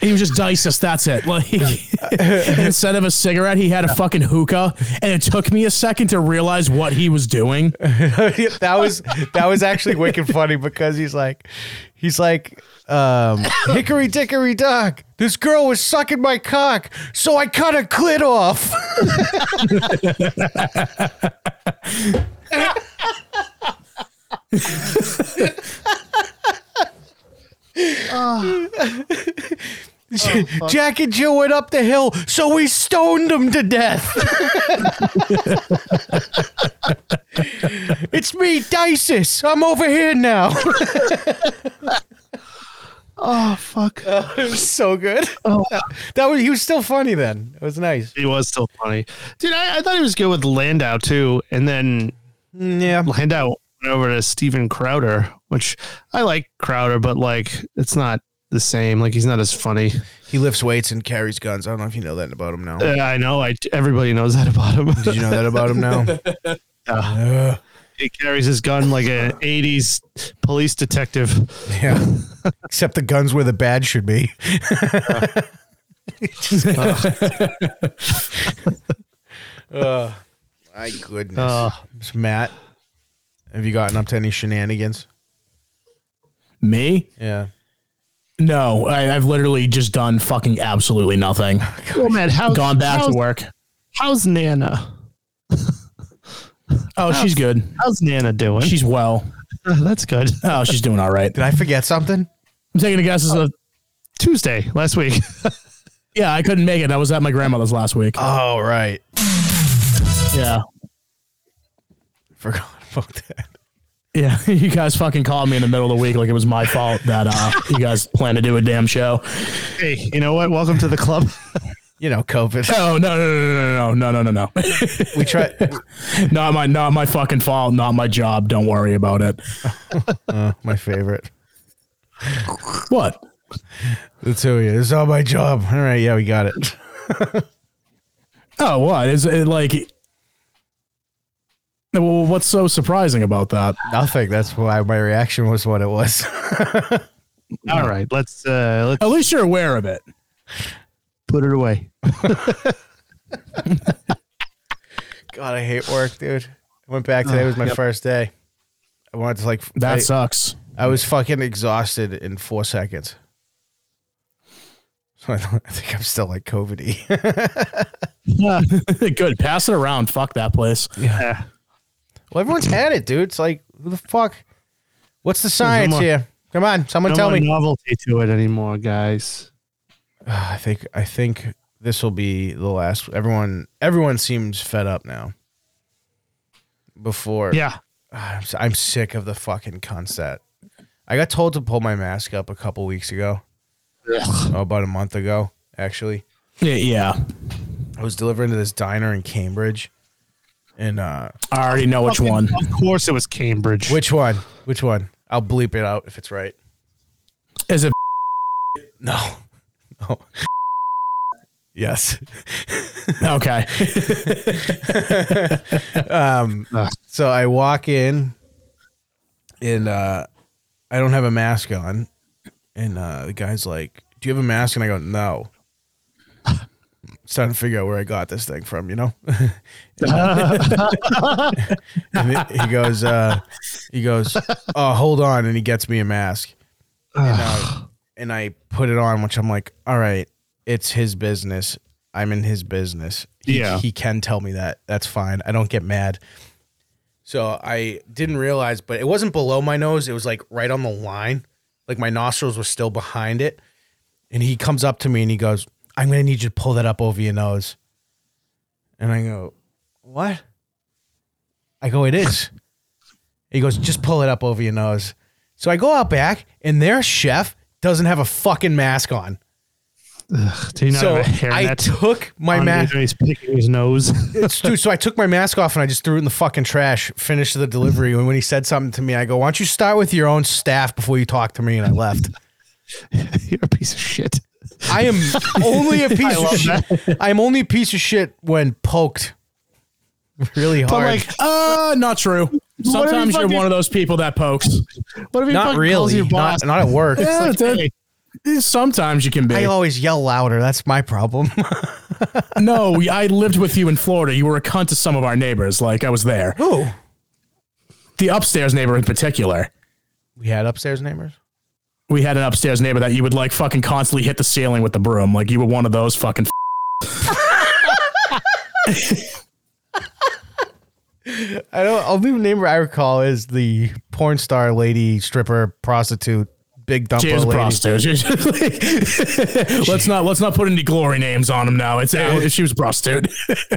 Speaker 2: He was just Dices. That's it. Like instead of a cigarette, he had a fucking hookah, and it took me a second to realize what he was doing.
Speaker 1: that was that was actually wicked funny because he's like he's like um hickory dickory dock this girl was sucking my cock so i cut her clit off jack and jill went up the hill so we stoned them to death it's me dices i'm over here now
Speaker 3: Oh fuck,
Speaker 1: It was so good. That, that was he was still funny then. It was nice.
Speaker 3: he was still funny, dude. I, I thought he was good with Landau too, and then
Speaker 1: Yeah.
Speaker 3: Landau went over to Steven Crowder, which I like Crowder, but like it's not the same. Like he's not as funny.
Speaker 1: He lifts weights and carries guns. I don't know if you know that about him now.
Speaker 3: Uh, I know. I everybody knows that about him.
Speaker 1: Did you know that about him now? Uh,
Speaker 3: he carries his gun like an '80s police detective.
Speaker 1: yeah. Except the guns where the badge should be. uh, my goodness.
Speaker 3: Uh,
Speaker 1: So, Matt, have you gotten up to any shenanigans?
Speaker 2: Me?
Speaker 1: Yeah.
Speaker 2: No, I, I've literally just done fucking absolutely nothing.
Speaker 3: oh man, how's,
Speaker 2: Gone back to work.
Speaker 3: How's Nana?
Speaker 2: Oh, she's good.
Speaker 3: How's Nana doing?
Speaker 2: She's well.
Speaker 3: uh, that's good.
Speaker 2: Oh, she's doing all right.
Speaker 1: Did I forget something?
Speaker 2: I'm taking a guess as a
Speaker 3: Tuesday last week.
Speaker 2: yeah. I couldn't make it. I was at my grandmother's last week.
Speaker 1: Oh, right.
Speaker 2: Yeah.
Speaker 1: Forgot about that.
Speaker 2: Yeah, you guys fucking called me in the middle of the week like it was my fault that uh, you guys plan to do a damn show.
Speaker 3: hey, you know what? Welcome to the club.
Speaker 1: You know, COVID.
Speaker 2: Oh no no no no no no no no
Speaker 1: We try.
Speaker 2: no! not my not my fucking fault. Not my job. Don't worry about it.
Speaker 1: Uh, my favorite.
Speaker 2: What?
Speaker 1: The two of you. It's all my job. All right. Yeah, we got it.
Speaker 2: Oh what? Is it like? Well, what's so surprising about that?
Speaker 1: Nothing. That's why my reaction was what it was.
Speaker 3: All right, let's uh, let's
Speaker 2: At least you're aware of it.
Speaker 3: put it away.
Speaker 1: God, I hate work, dude. I went back today. was my first day. I wanted to like.
Speaker 2: That
Speaker 1: I,
Speaker 2: sucks.
Speaker 1: I was fucking exhausted in four seconds. So I, don't, I think I'm still like COVID.
Speaker 2: Good. Pass it around. Fuck that place.
Speaker 3: Yeah.
Speaker 1: well, everyone's had it, dude. It's like who the fuck? What's the science
Speaker 3: more-
Speaker 1: here? Come on, someone
Speaker 3: No
Speaker 1: tell
Speaker 3: more
Speaker 1: me.
Speaker 3: novelty to it anymore, guys.
Speaker 1: I think I think this will be the last. Everyone everyone seems fed up now. Before
Speaker 3: Yeah.
Speaker 1: I'm, s- I'm sick of the fucking concept. I got told to pull my mask up a couple weeks ago. Oh, about a month ago, actually.
Speaker 2: Yeah. yeah.
Speaker 1: I was delivering to this diner in Cambridge. And uh
Speaker 2: I already know which one.
Speaker 3: Of course, it was Cambridge.
Speaker 1: which one? Which one? I'll bleep it out if it's right.
Speaker 2: Is it?
Speaker 1: No. No. Yes.
Speaker 2: Okay.
Speaker 1: Um, So I walk in and uh I don't have a mask on. And uh, the guy's like, Do you have a mask? And I go, No. It's time to figure out where I got this thing from, you know? and he- he goes, uh, he goes, Oh, hold on. And he gets me a mask. And, uh, and I put it on, which I'm like, All right, it's his business. I'm in his business. He-
Speaker 3: Yeah.
Speaker 1: He can tell me that. That's fine. I don't get mad. So I didn't realize, but it wasn't below my nose. It was like right on the line. Like my nostrils were still behind it. And he comes up to me and he goes, I'm going to need you to pull that up over your nose. And I go, What? I go, It is. he goes, Just pull it up over your nose. So I go out back and their chef doesn't have a fucking mask on.
Speaker 3: Do you not
Speaker 1: so
Speaker 3: have a
Speaker 1: I
Speaker 3: hairnet?
Speaker 1: took my
Speaker 3: on
Speaker 1: mask.
Speaker 3: and He's picking his nose.
Speaker 1: It's- dude, so I took my mask off and I just threw it in the fucking trash, finished the delivery. And when he said something to me, I go, Why don't you start with your own staff before you talk to me? And I left.
Speaker 3: You're a piece of shit.
Speaker 1: I am only a piece of
Speaker 3: love
Speaker 1: shit. I am only a piece of shit when poked really
Speaker 3: But
Speaker 1: hard.
Speaker 3: like,
Speaker 2: Uh, not true. Sometimes you're
Speaker 3: fucking-
Speaker 2: one of those people that pokes.
Speaker 3: what if he
Speaker 1: not
Speaker 3: fucking calls
Speaker 1: really.
Speaker 3: your boss?
Speaker 1: Not, not at work.
Speaker 2: Yeah, that- Sometimes you can be.
Speaker 1: I always yell louder. That's my problem.
Speaker 2: no, I lived with you in Florida. You were a cunt to some of our neighbors. Like I was there.
Speaker 1: Who?
Speaker 2: The upstairs neighbor in particular.
Speaker 1: We had upstairs neighbors.
Speaker 2: We had an upstairs neighbor that you would like fucking constantly hit the ceiling with the broom. Like you were one of those fucking.
Speaker 1: I don't. Only neighbor I recall is the porn star, lady, stripper, prostitute, big dumper
Speaker 2: Cheers,
Speaker 1: lady.
Speaker 2: prostitute. let's not let's not put any glory names on him now. It's uh, she was a prostitute.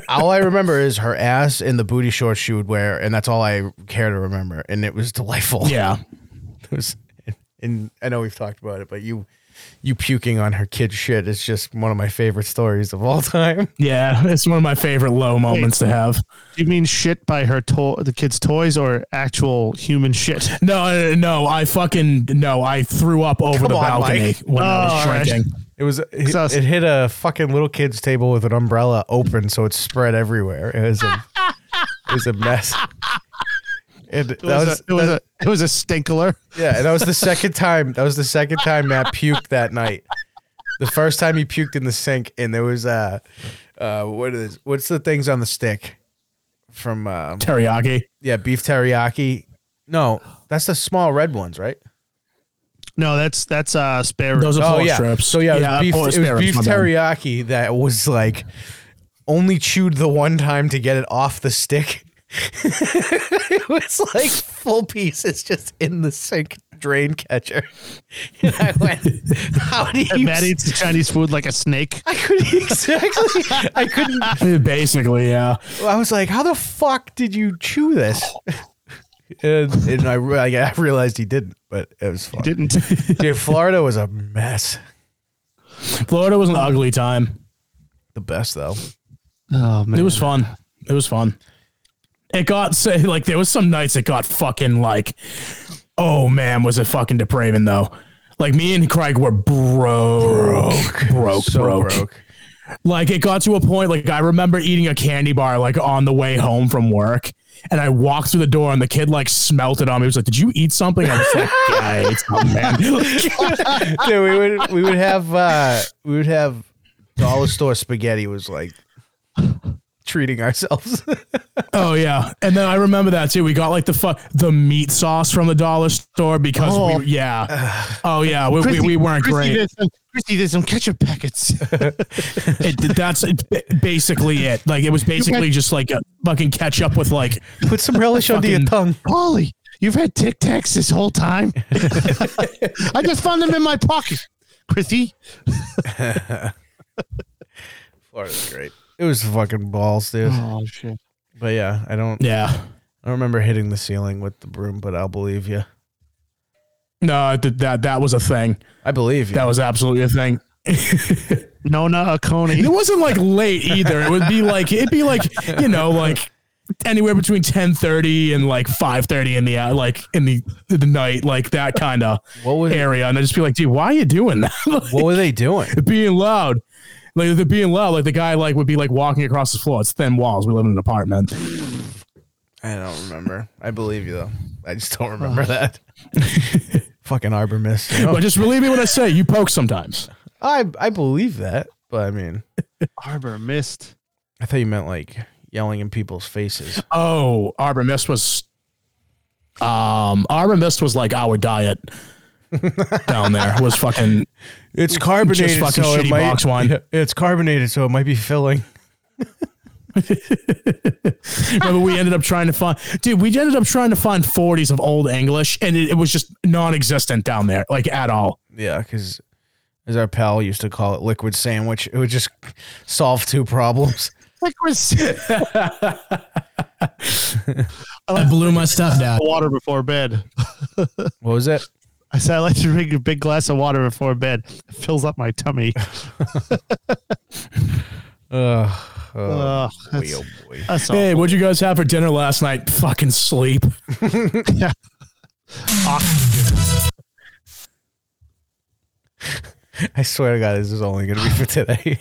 Speaker 1: all I remember is her ass and the booty shorts she would wear, and that's all I care to remember. And it was delightful.
Speaker 2: yeah.
Speaker 1: It was- and I know we've talked about it, but you you puking on her kid shit is just one of my favorite stories of all time.
Speaker 2: Yeah, it's one of my favorite low moments to have.
Speaker 3: Do you mean shit by her to- the kids' toys or actual human shit?
Speaker 2: No, no, no, I fucking no, I threw up over
Speaker 1: Come
Speaker 2: the
Speaker 1: on,
Speaker 2: balcony
Speaker 1: Mike.
Speaker 2: when I was
Speaker 3: Oh, all right.
Speaker 2: drinking.
Speaker 1: It was it,
Speaker 3: Sus.
Speaker 1: it hit a fucking little kid's table with an umbrella open, so it spread everywhere. It was a it was a mess. And that
Speaker 3: It was,
Speaker 1: was,
Speaker 3: a, it was a it was a stinkler.
Speaker 1: yeah, and that was the second time. That was the second time Matt puked that night. The first time he puked in the sink, and there was uh, uh, what is what's the things on the stick from um,
Speaker 2: Teriyaki.
Speaker 1: yeah beef teriyaki? No, that's the small red ones, right?
Speaker 3: No, that's that's uh spare.
Speaker 2: Those are
Speaker 1: Oh
Speaker 2: pork
Speaker 1: yeah.
Speaker 2: strips.
Speaker 1: So yeah, it
Speaker 2: pork
Speaker 1: was beef, it
Speaker 2: spare
Speaker 1: was
Speaker 2: ribs,
Speaker 1: beef
Speaker 2: my bad.
Speaker 1: teriyaki that was like only chewed the one time to get it off the stick. it was like full pieces just in the sink drain catcher. And I went, how do you
Speaker 3: Matt eats the Chinese food like a snake.
Speaker 1: I couldn't exactly I couldn't
Speaker 2: Basically, yeah.
Speaker 1: I was like, how the fuck did you chew this? And, and I, re- I realized he didn't, but it was fun.
Speaker 3: Didn't
Speaker 1: Dude, Florida was a mess.
Speaker 2: Florida was an ugly time.
Speaker 1: The best though.
Speaker 3: oh man,
Speaker 2: It was fun. It was fun. It got say like there was some nights it got fucking like, oh man, was it fucking depraving though? Like me and Craig were broke, broke, broke,
Speaker 1: So broke.
Speaker 2: Like it got to a point like I remember eating a candy bar like on the way home from work. And I walked through the door and the kid like smelt it on me. He was like, Did you eat something? I was like, Yeah, I ate something, man.
Speaker 1: Dude, we would we would have uh we would have dollar store spaghetti was like treating ourselves.
Speaker 2: oh yeah. And then I remember that too. We got like the fu- the meat sauce from the dollar store because
Speaker 3: Oh.
Speaker 2: we yeah. Oh yeah. We, we, we weren't
Speaker 3: Christy
Speaker 2: great.
Speaker 3: Did some, Christy did some ketchup packets.
Speaker 2: It, that's basically it. Like it was basically just like a fucking catch up with like
Speaker 1: Put some relish under your tongue.
Speaker 3: Polly, you've had Tic Tacs this whole time. I just found them in my pocket. Christy,
Speaker 1: Florida's great. It was fucking balls, dude.
Speaker 3: oh shit,
Speaker 1: But yeah, I don't
Speaker 2: yeah.
Speaker 1: I don't remember hitting the ceiling with the broom, but I'll believe you.
Speaker 2: No, th- that that was a thing.
Speaker 1: I believe you.
Speaker 2: That was absolutely a thing.
Speaker 3: Nona
Speaker 2: It
Speaker 3: Oconee.
Speaker 2: wasn't like late either. It would be like it'd be like you know like anywhere between ten thirty and like five thirty in the uh, like in the the night like that kind of
Speaker 1: What was
Speaker 2: area, and I'd just be like, dude, why are you doing that? Like,
Speaker 1: what were they doing?
Speaker 2: being loud. Like the being loud, like the guy like would be like walking across the floor. It's thin walls. We live in an apartment.
Speaker 1: Uh. I don't remember. I believe you though. I just don't remember that. fucking Arbor Mist. you know?
Speaker 2: But just believe me when I say you poke sometimes.
Speaker 1: I I believe that, but I mean,
Speaker 3: Arbor Mist.
Speaker 1: I thought you meant like yelling in people's faces.
Speaker 2: Oh, Arbor Mist was. Um, Arbor Mist was like our diet down there was fucking
Speaker 1: It's carbonated,
Speaker 2: fucking
Speaker 1: so it
Speaker 2: shitty
Speaker 1: might.
Speaker 2: box wine.
Speaker 1: Yeah, It's carbonated, so it might be filling.
Speaker 2: Remember, we ended up trying to find, dude. We ended up trying to find 40s of old English, and it, it was just non-existent down there, like at all.
Speaker 1: Yeah, because as our pal used to call it, liquid sandwich. It would just solve two problems.
Speaker 3: Like we're sitting
Speaker 5: I blew my stuff down.
Speaker 3: water before bed.
Speaker 1: What was it?
Speaker 3: I said I like to drink a big glass of water before bed. It fills up my tummy.
Speaker 1: Uh,
Speaker 3: Ugh, that's,
Speaker 1: oh boy.
Speaker 3: that's all.
Speaker 2: Hey, what'd you guys have for dinner last night? Fucking sleep.
Speaker 1: I swear to God, this is only going to be for today.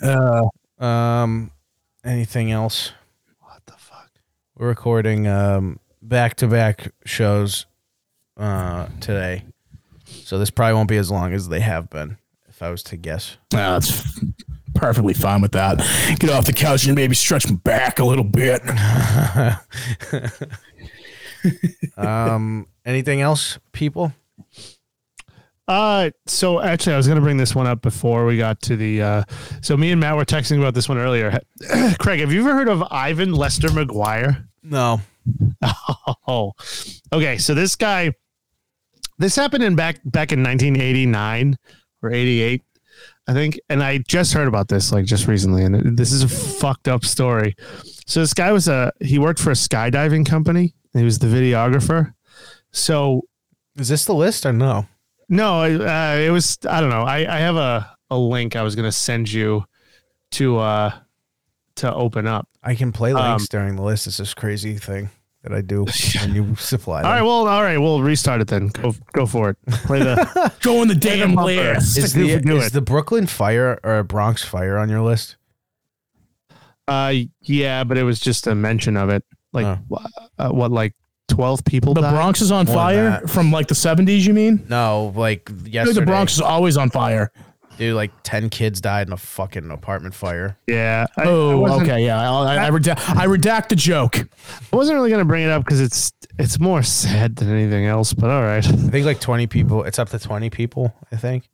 Speaker 3: Ugh.
Speaker 1: um, anything else?
Speaker 3: what the fuck?
Speaker 1: We're recording um back to back shows uh today, so this probably won't be as long as they have been. If I was to guess.
Speaker 2: Nah, That's perfectly fine with that. Get off the couch and maybe stretch my back a little bit.
Speaker 1: Um, anything else, people?
Speaker 3: Uh, so actually, I was gonna bring this one up before we got to the. Uh, so me and Matt were texting about this one earlier. Craig, have you ever heard of Ivan Lester McGuire?
Speaker 1: No.
Speaker 3: Oh, okay. So this guy, this happened in back back in 1989 or 88, I think. And I just heard about this like just recently, and it- this is a fucked up story. So this guy was a he worked for a skydiving company. He was the videographer. So
Speaker 1: Is this the list or no?
Speaker 3: no, I- uh, it was I don't know. I, I have a a link I was gonna send you to uh to open up.
Speaker 1: I can play links
Speaker 3: Um,
Speaker 1: during the list. It's this crazy thing that I do when you supply.
Speaker 3: All right,
Speaker 1: them.
Speaker 3: well, all right, we'll restart it then. Go go for it. Play the
Speaker 2: Go in the damn
Speaker 3: bumper.
Speaker 2: list.
Speaker 1: is the
Speaker 3: do
Speaker 1: is
Speaker 3: it.
Speaker 1: the Brooklyn Fire or Bronx Fire on your list?
Speaker 3: uh yeah, but it was just a mention of it. Like
Speaker 1: Oh.
Speaker 3: wh- uh, what like 12 people
Speaker 2: The
Speaker 3: died?
Speaker 2: Bronx is on
Speaker 1: More
Speaker 2: fire
Speaker 1: than that.
Speaker 2: from like the 70s, you mean?
Speaker 1: No, like
Speaker 2: I feel
Speaker 1: yesterday,
Speaker 2: like the Bronx is always on fire.
Speaker 1: dude, like ten kids died in a fucking apartment fire.
Speaker 3: Yeah. I, I
Speaker 2: Oh,
Speaker 3: wasn't,
Speaker 2: okay, yeah. I'll- I, I, redact, I redact the joke.
Speaker 3: I wasn't really going to bring it up cuz it's it's more sad than anything else, but all right.
Speaker 1: I think like twenty people. It's up to twenty people. I think.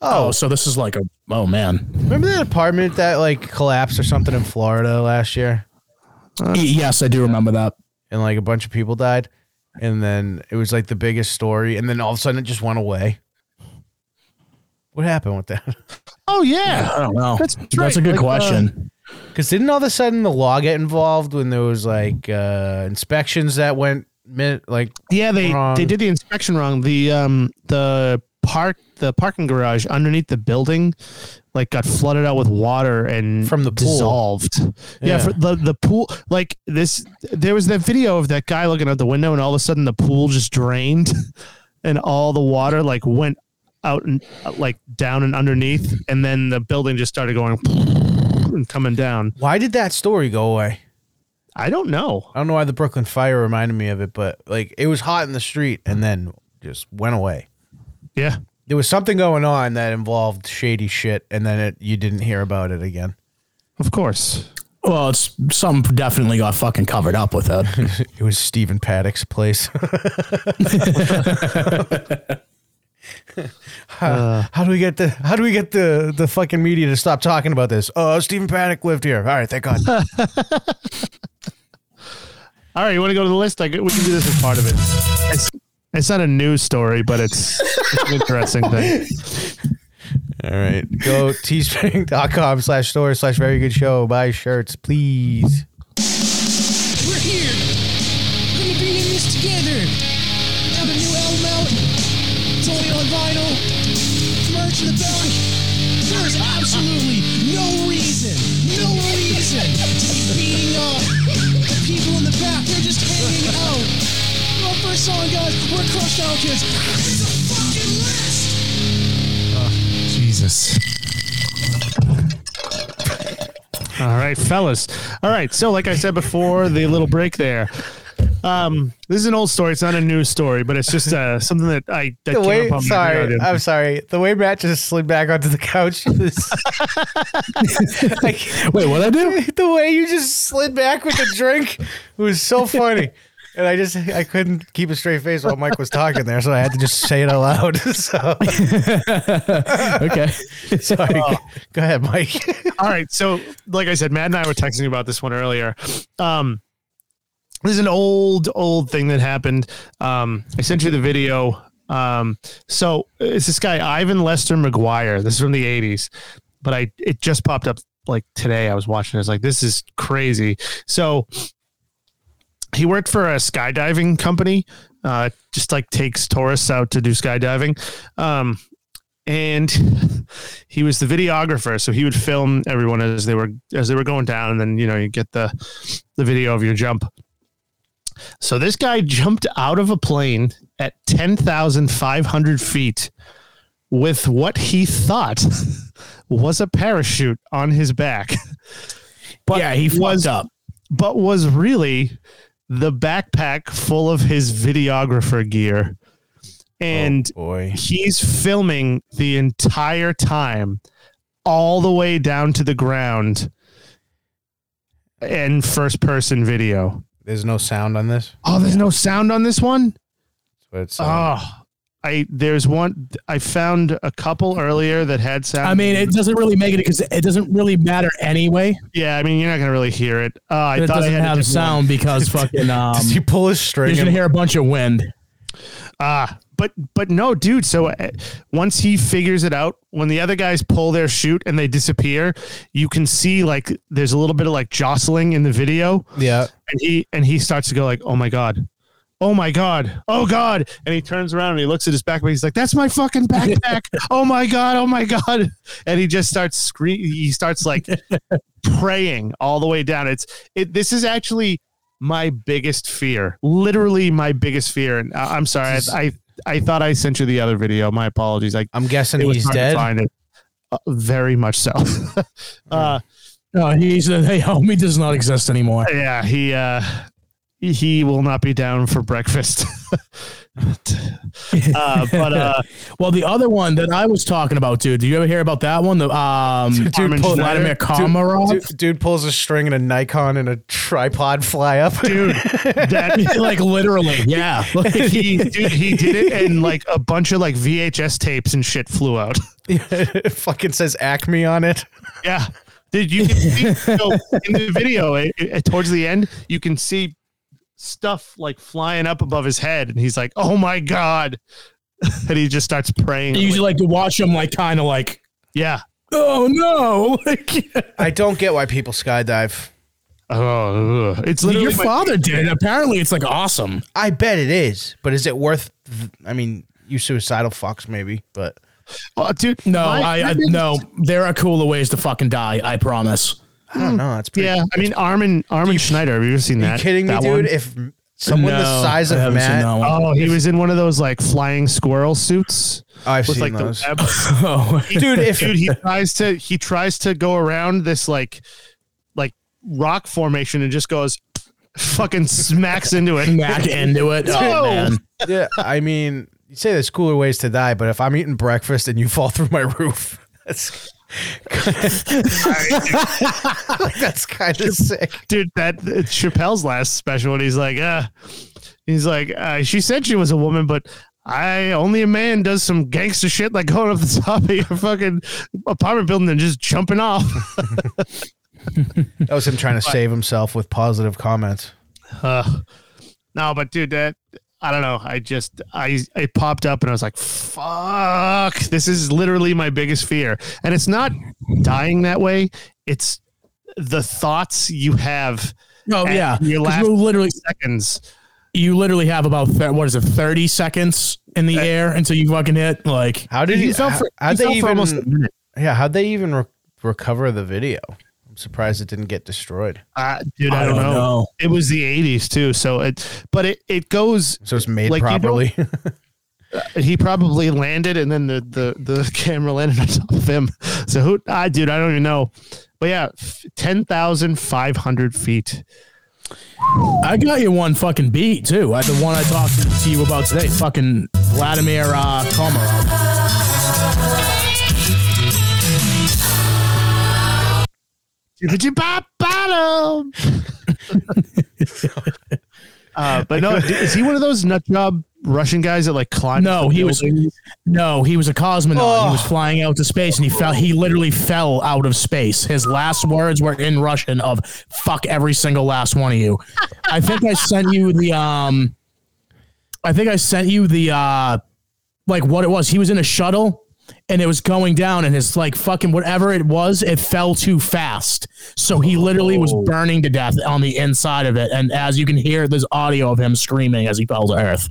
Speaker 2: Oh,
Speaker 1: Oh,
Speaker 2: so this is like a oh man.
Speaker 1: remember that apartment that like collapsed or something in Florida last year,
Speaker 2: yes, I do remember that.
Speaker 1: and like a bunch of people died, and then it was like the biggest story, and then all of a sudden it just went away. What happened with that?
Speaker 3: Oh yeah.
Speaker 2: I don't know.
Speaker 3: That's
Speaker 2: That's, uh,
Speaker 3: right,
Speaker 2: a good
Speaker 3: like,
Speaker 2: question.
Speaker 1: Because didn't all of a sudden the law get involved when there was like uh, inspections that went min- like
Speaker 3: Yeah, they
Speaker 1: Wrong.
Speaker 3: they did the inspection wrong. The um the park the parking garage underneath the building like got flooded out with water and
Speaker 1: From the pool.
Speaker 3: dissolved. Yeah,
Speaker 1: Yeah.
Speaker 3: for the the pool like this there was that video of that guy looking out the window and all of a sudden the pool just drained and all the water like went out and uh, like down and underneath and then the building just started going and coming down.
Speaker 1: why did that story go away?
Speaker 3: I don't know.
Speaker 1: I don't know why the Brooklyn fire reminded me of it, but like it was hot in the street and then just went away.
Speaker 3: Yeah.
Speaker 1: There was something going on that involved shady shit, and then it you didn't hear about it again.
Speaker 3: Of course.
Speaker 2: Well, it's some definitely got fucking covered up with it.
Speaker 1: It was Stephen Paddock's place. how, how do we get the How do we get the the fucking media to stop talking about this? Oh, Stephen Paddock lived here. All right, thank God.
Speaker 3: All right, you want to go to the list? I could, we can do this as part of it. It's, it's not a news story, but it's, it's an interesting thing.
Speaker 1: All right. Go teespring.com slash store slash very good show. Buy shirts, please.
Speaker 6: We're here. We're gonna be in this together. We have a new album out. It's only on vinyl. Merch in the back. There's absolutely no reason, no reason to be beating up the people in the back. They're just hanging out. Our first song, guys. We're crushed out kids. It's a fucking list.
Speaker 5: Jesus.
Speaker 3: All right, fellas. All right, so like I said before, the little break there. Um, this is an old story. It's not a new story, but it's just uh, something that I that
Speaker 1: The
Speaker 3: came
Speaker 1: way,
Speaker 3: up on my
Speaker 1: sorry,
Speaker 3: radar.
Speaker 1: I'm sorry. The way Matt just slid back onto the couch is like
Speaker 2: Wait, what I do?
Speaker 1: the way you just slid back with the drink was so funny. And I just I couldn't keep a straight face while Mike was talking there, so I had to just say it out loud. So
Speaker 2: Okay.
Speaker 1: sorry. Go ahead, Mike.
Speaker 3: All right. So, like I said, Matt and I were texting about this one earlier. Um, this is an old, old thing that happened. Um, I sent you the video. Um, so it's this guy Ivan Lester McGuire. This is from the '80s, but I it just popped up like today. I was watching. It's like this is crazy. So he worked for a skydiving company. Uh, just like takes tourists out to do skydiving. Um, and he was the videographer so he would film everyone as they were as they were going down and then you know you get the the video of your jump so this guy jumped out of a plane at 10,500 feet with what he thought was a parachute on his back but
Speaker 2: yeah, he
Speaker 3: was
Speaker 2: fucked up.
Speaker 3: but was really the backpack full of his videographer gear and
Speaker 1: Oh, boy.
Speaker 3: he's filming the entire time all the way down to the ground and first person video
Speaker 1: There's no sound on this.
Speaker 3: oh there's no sound on this one
Speaker 1: But it's uh,
Speaker 3: oh i there's one i found a couple earlier that had sound
Speaker 2: I mean, it doesn't really make it because it doesn't really matter anyway.
Speaker 3: yeah i mean you're not gonna really hear it oh i
Speaker 2: it
Speaker 3: thought i
Speaker 2: doesn't
Speaker 3: had a different
Speaker 2: have
Speaker 3: one.
Speaker 2: sound because fucking um,
Speaker 1: Does he pull his string?
Speaker 2: you're gonna hear a bunch of wind.
Speaker 3: Ah, but but no, dude. So uh, once he figures it out, when the other guys pull their chute and they disappear, you can see like there's a little bit of like jostling in the video,
Speaker 1: yeah.
Speaker 3: and he and he starts to go like, "Oh my god." Oh my God. Oh God. And he turns around and he looks at his backpack. He's like, that's my fucking backpack. oh my God. Oh my God. And he just starts screaming. He starts like praying all the way down. It's it. This is actually my biggest fear, literally my biggest fear. And I, I'm sorry, I, I I thought I sent you the other video. My apologies. I
Speaker 1: I'm guessing
Speaker 3: it was
Speaker 1: he's
Speaker 3: hard to
Speaker 1: dead.
Speaker 3: find it. Uh, very much so. uh,
Speaker 2: No, he's hey, homie does not exist anymore.
Speaker 3: yeah, he uh, he will not be down for breakfast. uh, but uh,
Speaker 2: Well, the other one that I was talking about, dude. Did you ever hear about that one? The um,
Speaker 3: Armin
Speaker 2: pull-
Speaker 3: Schneider?
Speaker 2: Vladimir Komarov.
Speaker 1: Dude, dude pulls a string and a Nikon and a tripod fly up.
Speaker 3: dude, that
Speaker 2: like literally, yeah. Like,
Speaker 3: he dude, he did it, and like a bunch of like VHS tapes and shit flew out.
Speaker 1: it fucking says Acme on it.
Speaker 3: Yeah. Did you can see, so in the video it, it- towards the end? You can see stuff like flying up above his head, and he's like, "Oh my god!" and he just starts praying.
Speaker 2: I usually like to watch him, like kind of like,
Speaker 3: yeah.
Speaker 2: oh no, like
Speaker 1: I don't get why people skydive.
Speaker 3: Oh, ugh. it's literally
Speaker 2: your
Speaker 3: my-
Speaker 2: father did it. Apparently, it's like awesome.
Speaker 1: I bet it is, but is it worth? th- I mean, you suicidal fucks, maybe, but
Speaker 3: Oh, dude.
Speaker 2: No,
Speaker 3: my-
Speaker 2: I, I no. There are cooler ways to fucking die. I promise.
Speaker 1: I don't know. It's pretty.
Speaker 3: Yeah, I mean Armin Armin Schneider. Have you ever seen
Speaker 1: Are
Speaker 3: that?
Speaker 1: you kidding me,
Speaker 3: that
Speaker 1: dude?
Speaker 3: one?
Speaker 1: If m- someone the
Speaker 2: No,
Speaker 1: size
Speaker 2: I
Speaker 1: of
Speaker 2: haven't seen
Speaker 1: Matt,
Speaker 2: that
Speaker 1: oh,
Speaker 2: one.
Speaker 3: Oh, he was in one of those like flying squirrel suits
Speaker 1: I've
Speaker 3: with
Speaker 1: seen
Speaker 3: like
Speaker 1: those.
Speaker 3: the web
Speaker 2: Oh,
Speaker 3: dude if dude he tries to he tries to go around this like like rock formation and just goes fucking smacks into it
Speaker 2: back into it.
Speaker 3: No.
Speaker 2: Oh man.
Speaker 1: yeah, I mean, you say there's cooler ways to die, but if I'm eating breakfast and you fall through my roof, that's like, that's kind of sick.
Speaker 3: dude that it's chappelle's last special and he's like uh he's like uh, she said she was a woman but I only a man does some gangster shit like going up the top of your fucking apartment building and just jumping off.
Speaker 1: That was him trying to save himself with positive comments.
Speaker 3: Uh, no, but dude, that I don't know. I just I it popped up and I was like, "Fuck! This is literally my biggest fear." And it's not dying that way. It's the thoughts you have
Speaker 2: Oh
Speaker 3: And
Speaker 2: yeah.
Speaker 3: your
Speaker 2: 'Cause
Speaker 3: last-
Speaker 2: you literally,
Speaker 3: seconds.
Speaker 2: you literally have about th- what is it, thirty seconds in the air until you fucking hit. Like
Speaker 1: How did
Speaker 3: He
Speaker 1: you?
Speaker 3: fell
Speaker 1: how,
Speaker 3: for-
Speaker 1: how'd they
Speaker 3: he fell for
Speaker 1: even?
Speaker 3: almost a minute.
Speaker 1: yeah, how'd they even re- recover the video? I'm surprised it didn't get destroyed.
Speaker 3: Uh, dude, I, don't, know. It was the '80s too, so it. But it it goes.
Speaker 1: So it's made
Speaker 3: Like, you don't-
Speaker 1: properly.
Speaker 3: He probably landed, and then the the the camera landed on top of him. So who? I dude, I don't even know. But yeah, ten thousand five hundred feet.
Speaker 2: I got you one fucking beat too. I, the one I talked to you about today, fucking Vladimir uh, Komarov.
Speaker 3: Did you pop bottom? uh, but no, is he one of those nut job Russian guys that like climbs?
Speaker 2: No, he was
Speaker 3: buildings?
Speaker 2: no, he was a cosmonaut. He was flying out to space, and he fell. He literally fell out of space. His last words were in Russian of "fuck every single last one of you." I think I sent you the um, I think I sent you the uh, like what it was. He was in a shuttle and it was going down and his like fucking whatever it was, it fell too fast. So he literally was
Speaker 1: Oh.
Speaker 2: burning to death on the inside of it. And as you can hear, there's audio of him screaming as he fell to earth.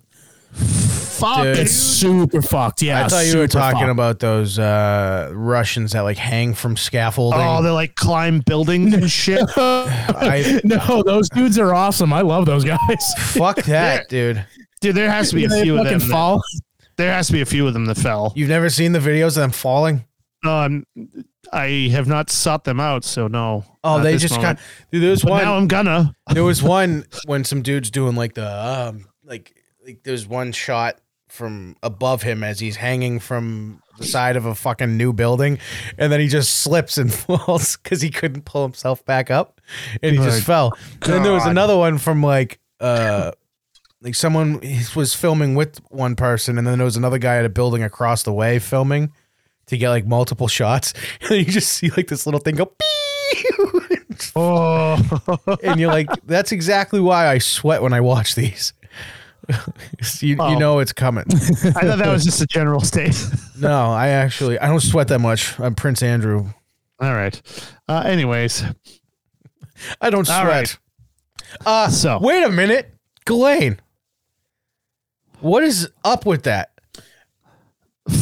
Speaker 2: Fuck,
Speaker 1: Dude.
Speaker 2: it's super fucked. Yeah,
Speaker 1: I thought you were
Speaker 2: super
Speaker 1: talking
Speaker 2: fucked.
Speaker 1: about those uh, Russians that like hang from scaffolding.
Speaker 3: Oh, they like climb buildings and shit.
Speaker 1: I,
Speaker 2: No, those dudes are awesome. I love those guys.
Speaker 1: fuck that, dude.
Speaker 3: Dude, there has to be a
Speaker 2: They
Speaker 3: few of
Speaker 2: fucking
Speaker 3: them. that-
Speaker 2: fall.
Speaker 3: there has to be a few of them that fell.
Speaker 1: You've never seen the videos of them falling?
Speaker 3: Um, I have not sought them out, so no.
Speaker 1: Oh,
Speaker 3: Not
Speaker 1: they
Speaker 3: this
Speaker 1: just
Speaker 3: moment.
Speaker 1: got. Dude, there was
Speaker 3: But
Speaker 1: one.
Speaker 3: now I'm gonna.
Speaker 1: there was one when some dude's doing like the um, like like there's one shot from above him as he's hanging from the side of a fucking new building, and then he just slips and falls because he couldn't pull himself back up, and he just fell. Then there was
Speaker 3: God.
Speaker 1: another one from like uh. Like someone was filming with one person, and then there was another guy at a building across the way filming to get like multiple shots. And then you just see like this little thing go, "Pew!"
Speaker 3: Oh,
Speaker 1: and you're like, that's exactly why I sweat when I watch these. So you, you
Speaker 3: Oh.
Speaker 1: know it's coming.
Speaker 3: I thought that was just a general state.
Speaker 1: No, I actually I don't sweat that much. I'm Prince Andrew.
Speaker 3: All right. Uh, anyways,
Speaker 1: I don't
Speaker 3: All
Speaker 1: sweat.
Speaker 3: right. Oh.
Speaker 1: Uh,
Speaker 3: So-
Speaker 1: wait a minute, Ghislaine. What is up with that?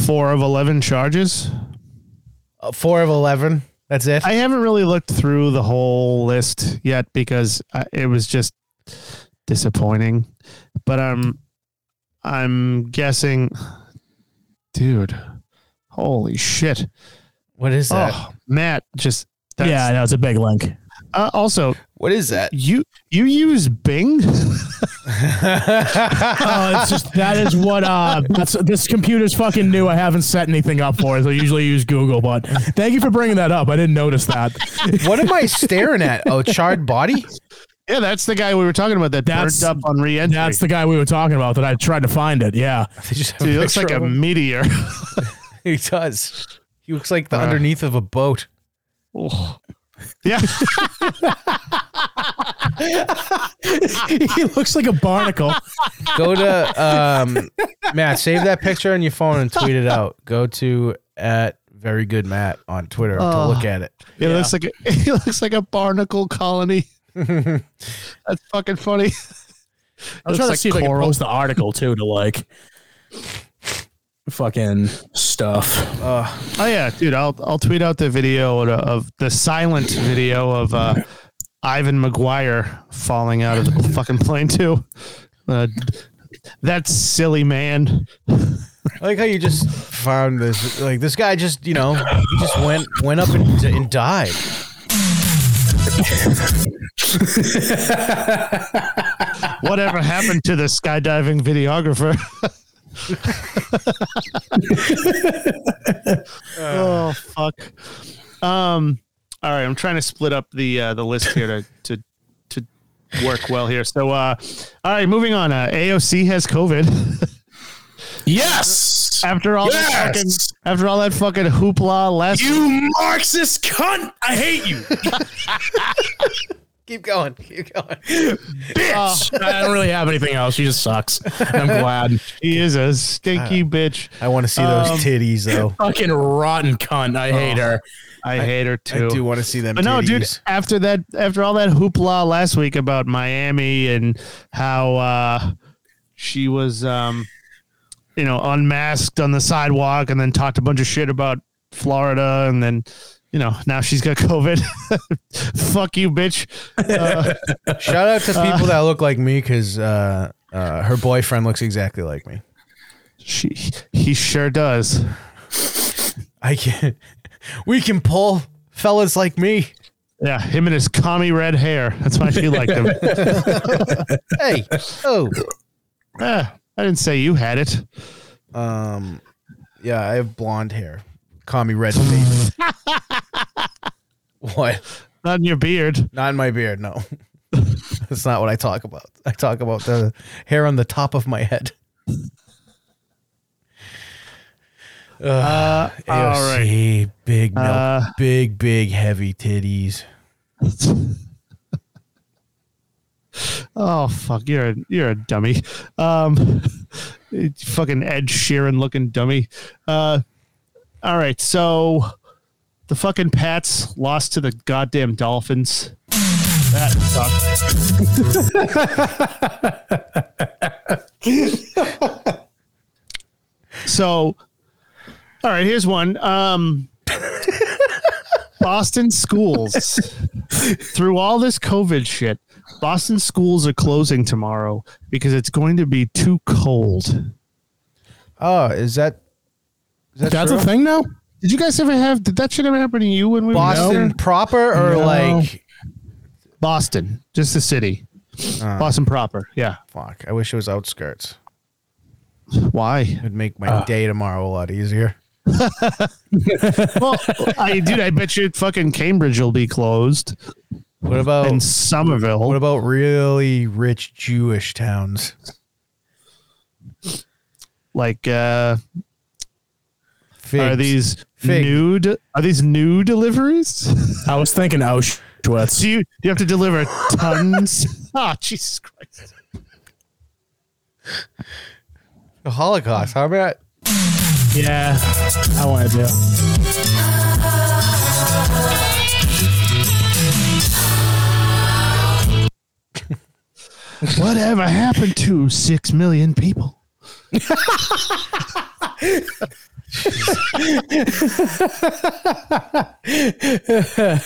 Speaker 3: four of eleven charges.
Speaker 1: Uh, four of eleven. That's it.
Speaker 3: I haven't really looked through the whole list yet because I, it was just disappointing. But I'm, I'm guessing, dude. Holy shit!
Speaker 1: what is that?
Speaker 3: Oh, Matt, just that's,
Speaker 2: Yeah, I know it's a big link.
Speaker 3: Uh, also,
Speaker 1: What is that?
Speaker 3: you you use Bing?
Speaker 2: Oh, it's just that is what uh that's this computer's fucking new. I haven't set anything up for it. so I usually use Google, but thank you for bringing that up. I didn't notice that.
Speaker 1: What am I staring at? Oh, charred body.
Speaker 3: yeah, that's the guy we were talking about that
Speaker 2: That's-
Speaker 3: burned up on reentry.
Speaker 2: That's the guy we were talking about that I tried to find it. Yeah.
Speaker 1: They just have
Speaker 3: Dude, he looks like
Speaker 1: picture
Speaker 3: a
Speaker 1: of him.
Speaker 3: meteor.
Speaker 1: He does. He looks like the
Speaker 3: Uh.
Speaker 1: underneath of a boat.
Speaker 3: yeah.
Speaker 2: he looks like a barnacle.
Speaker 1: go to um, Matt. Save that picture on your phone and tweet it out. Go to at very good Matt on Twitter to look at it.
Speaker 3: It looks like a, it looks like a barnacle colony. That's fucking funny.
Speaker 2: I was trying to see if I could post the article too to like fucking stuff.
Speaker 3: Oh yeah, dude, I'll I'll tweet out the video of, of the silent video of uh, Ivan McGuire falling out of the fucking plane too. Uh, that silly man.
Speaker 1: I like how you just found this. Like this guy just you know he just went went up and, and died.
Speaker 3: Whatever happened to the skydiving videographer? oh fuck. Um. All right, I'm trying to split up the uh, the list here to to to work well here. So, uh, all right, moving on. Uh, AOC has COVID.
Speaker 2: Yes.
Speaker 3: after all that fucking
Speaker 2: Yes!
Speaker 3: after all that fucking hoopla last
Speaker 2: You Marxist cunt! I hate you,
Speaker 1: Keep going. Keep going.
Speaker 2: bitch! Oh. I don't really have anything else. She just sucks. I'm glad.
Speaker 3: he is a
Speaker 1: Uh,
Speaker 3: stinky bitch.
Speaker 1: I want to see those titties though.
Speaker 2: Fucking rotten cunt. I hate her.
Speaker 3: I, hate her too.
Speaker 1: I do want to see them.
Speaker 3: but no, dude,
Speaker 1: titties.
Speaker 3: after that after all that hoopla last week about Miami and how uh she was um you know unmasked on the sidewalk and then talked a bunch of shit about Florida and then you know now she's got COVID. Fuck you, bitch.
Speaker 1: Shout out to people that look like me because uh, uh, her boyfriend looks exactly like me.
Speaker 3: She he sure does.
Speaker 1: I can. We can pull fellas like me.
Speaker 3: Yeah, him and his commie red hair. That's why she liked him.
Speaker 1: Hey, oh,
Speaker 3: Ah, I didn't say you had it.
Speaker 1: um, yeah, I have blonde hair. Call me red face. what?
Speaker 3: Not in your beard.
Speaker 1: Not in my beard. No, that's not what I talk about. I talk about the hair on the top of my head.
Speaker 3: Uh, all right.
Speaker 1: AOC, big, milk,
Speaker 3: Uh,
Speaker 1: big, big, heavy titties.
Speaker 3: Oh fuck, you're a, you're a dummy. Um, you fucking Ed Sheeran looking dummy. Uh, all right, so the fucking Pats lost to the goddamn Dolphins. That sucked. so, all right, here's one. Um, Boston schools through all this COVID shit, Boston schools are closing tomorrow because it's going to be too cold.
Speaker 1: Oh, is that? Is that
Speaker 2: That's
Speaker 1: true?
Speaker 2: a thing now.
Speaker 3: Did you guys ever have? Did that shit ever happen to you when we were
Speaker 1: Boston
Speaker 3: there?
Speaker 1: proper or
Speaker 2: No.
Speaker 1: like?
Speaker 3: Boston, just the city,
Speaker 1: Ah.
Speaker 3: Boston proper. Yeah.
Speaker 1: Fuck! I wish it was outskirts.
Speaker 3: Why?
Speaker 1: It'd make my
Speaker 3: Uh.
Speaker 1: day tomorrow a lot easier.
Speaker 3: Well, I dude, I bet you fucking Cambridge will be closed
Speaker 1: What about
Speaker 3: and Somerville.
Speaker 1: Oh. what about really rich Jewish towns?
Speaker 3: like, uh,
Speaker 1: Figs.
Speaker 3: are these
Speaker 1: Figs.
Speaker 3: nude? Are these new deliveries?
Speaker 2: I was thinking Auschwitz.
Speaker 3: do you do you have to deliver tons? Ah, Jesus Christ!
Speaker 1: the Holocaust? How about
Speaker 2: Yeah, I want to do. it.
Speaker 3: Whatever happened to six million people? Uh,
Speaker 2: Uh,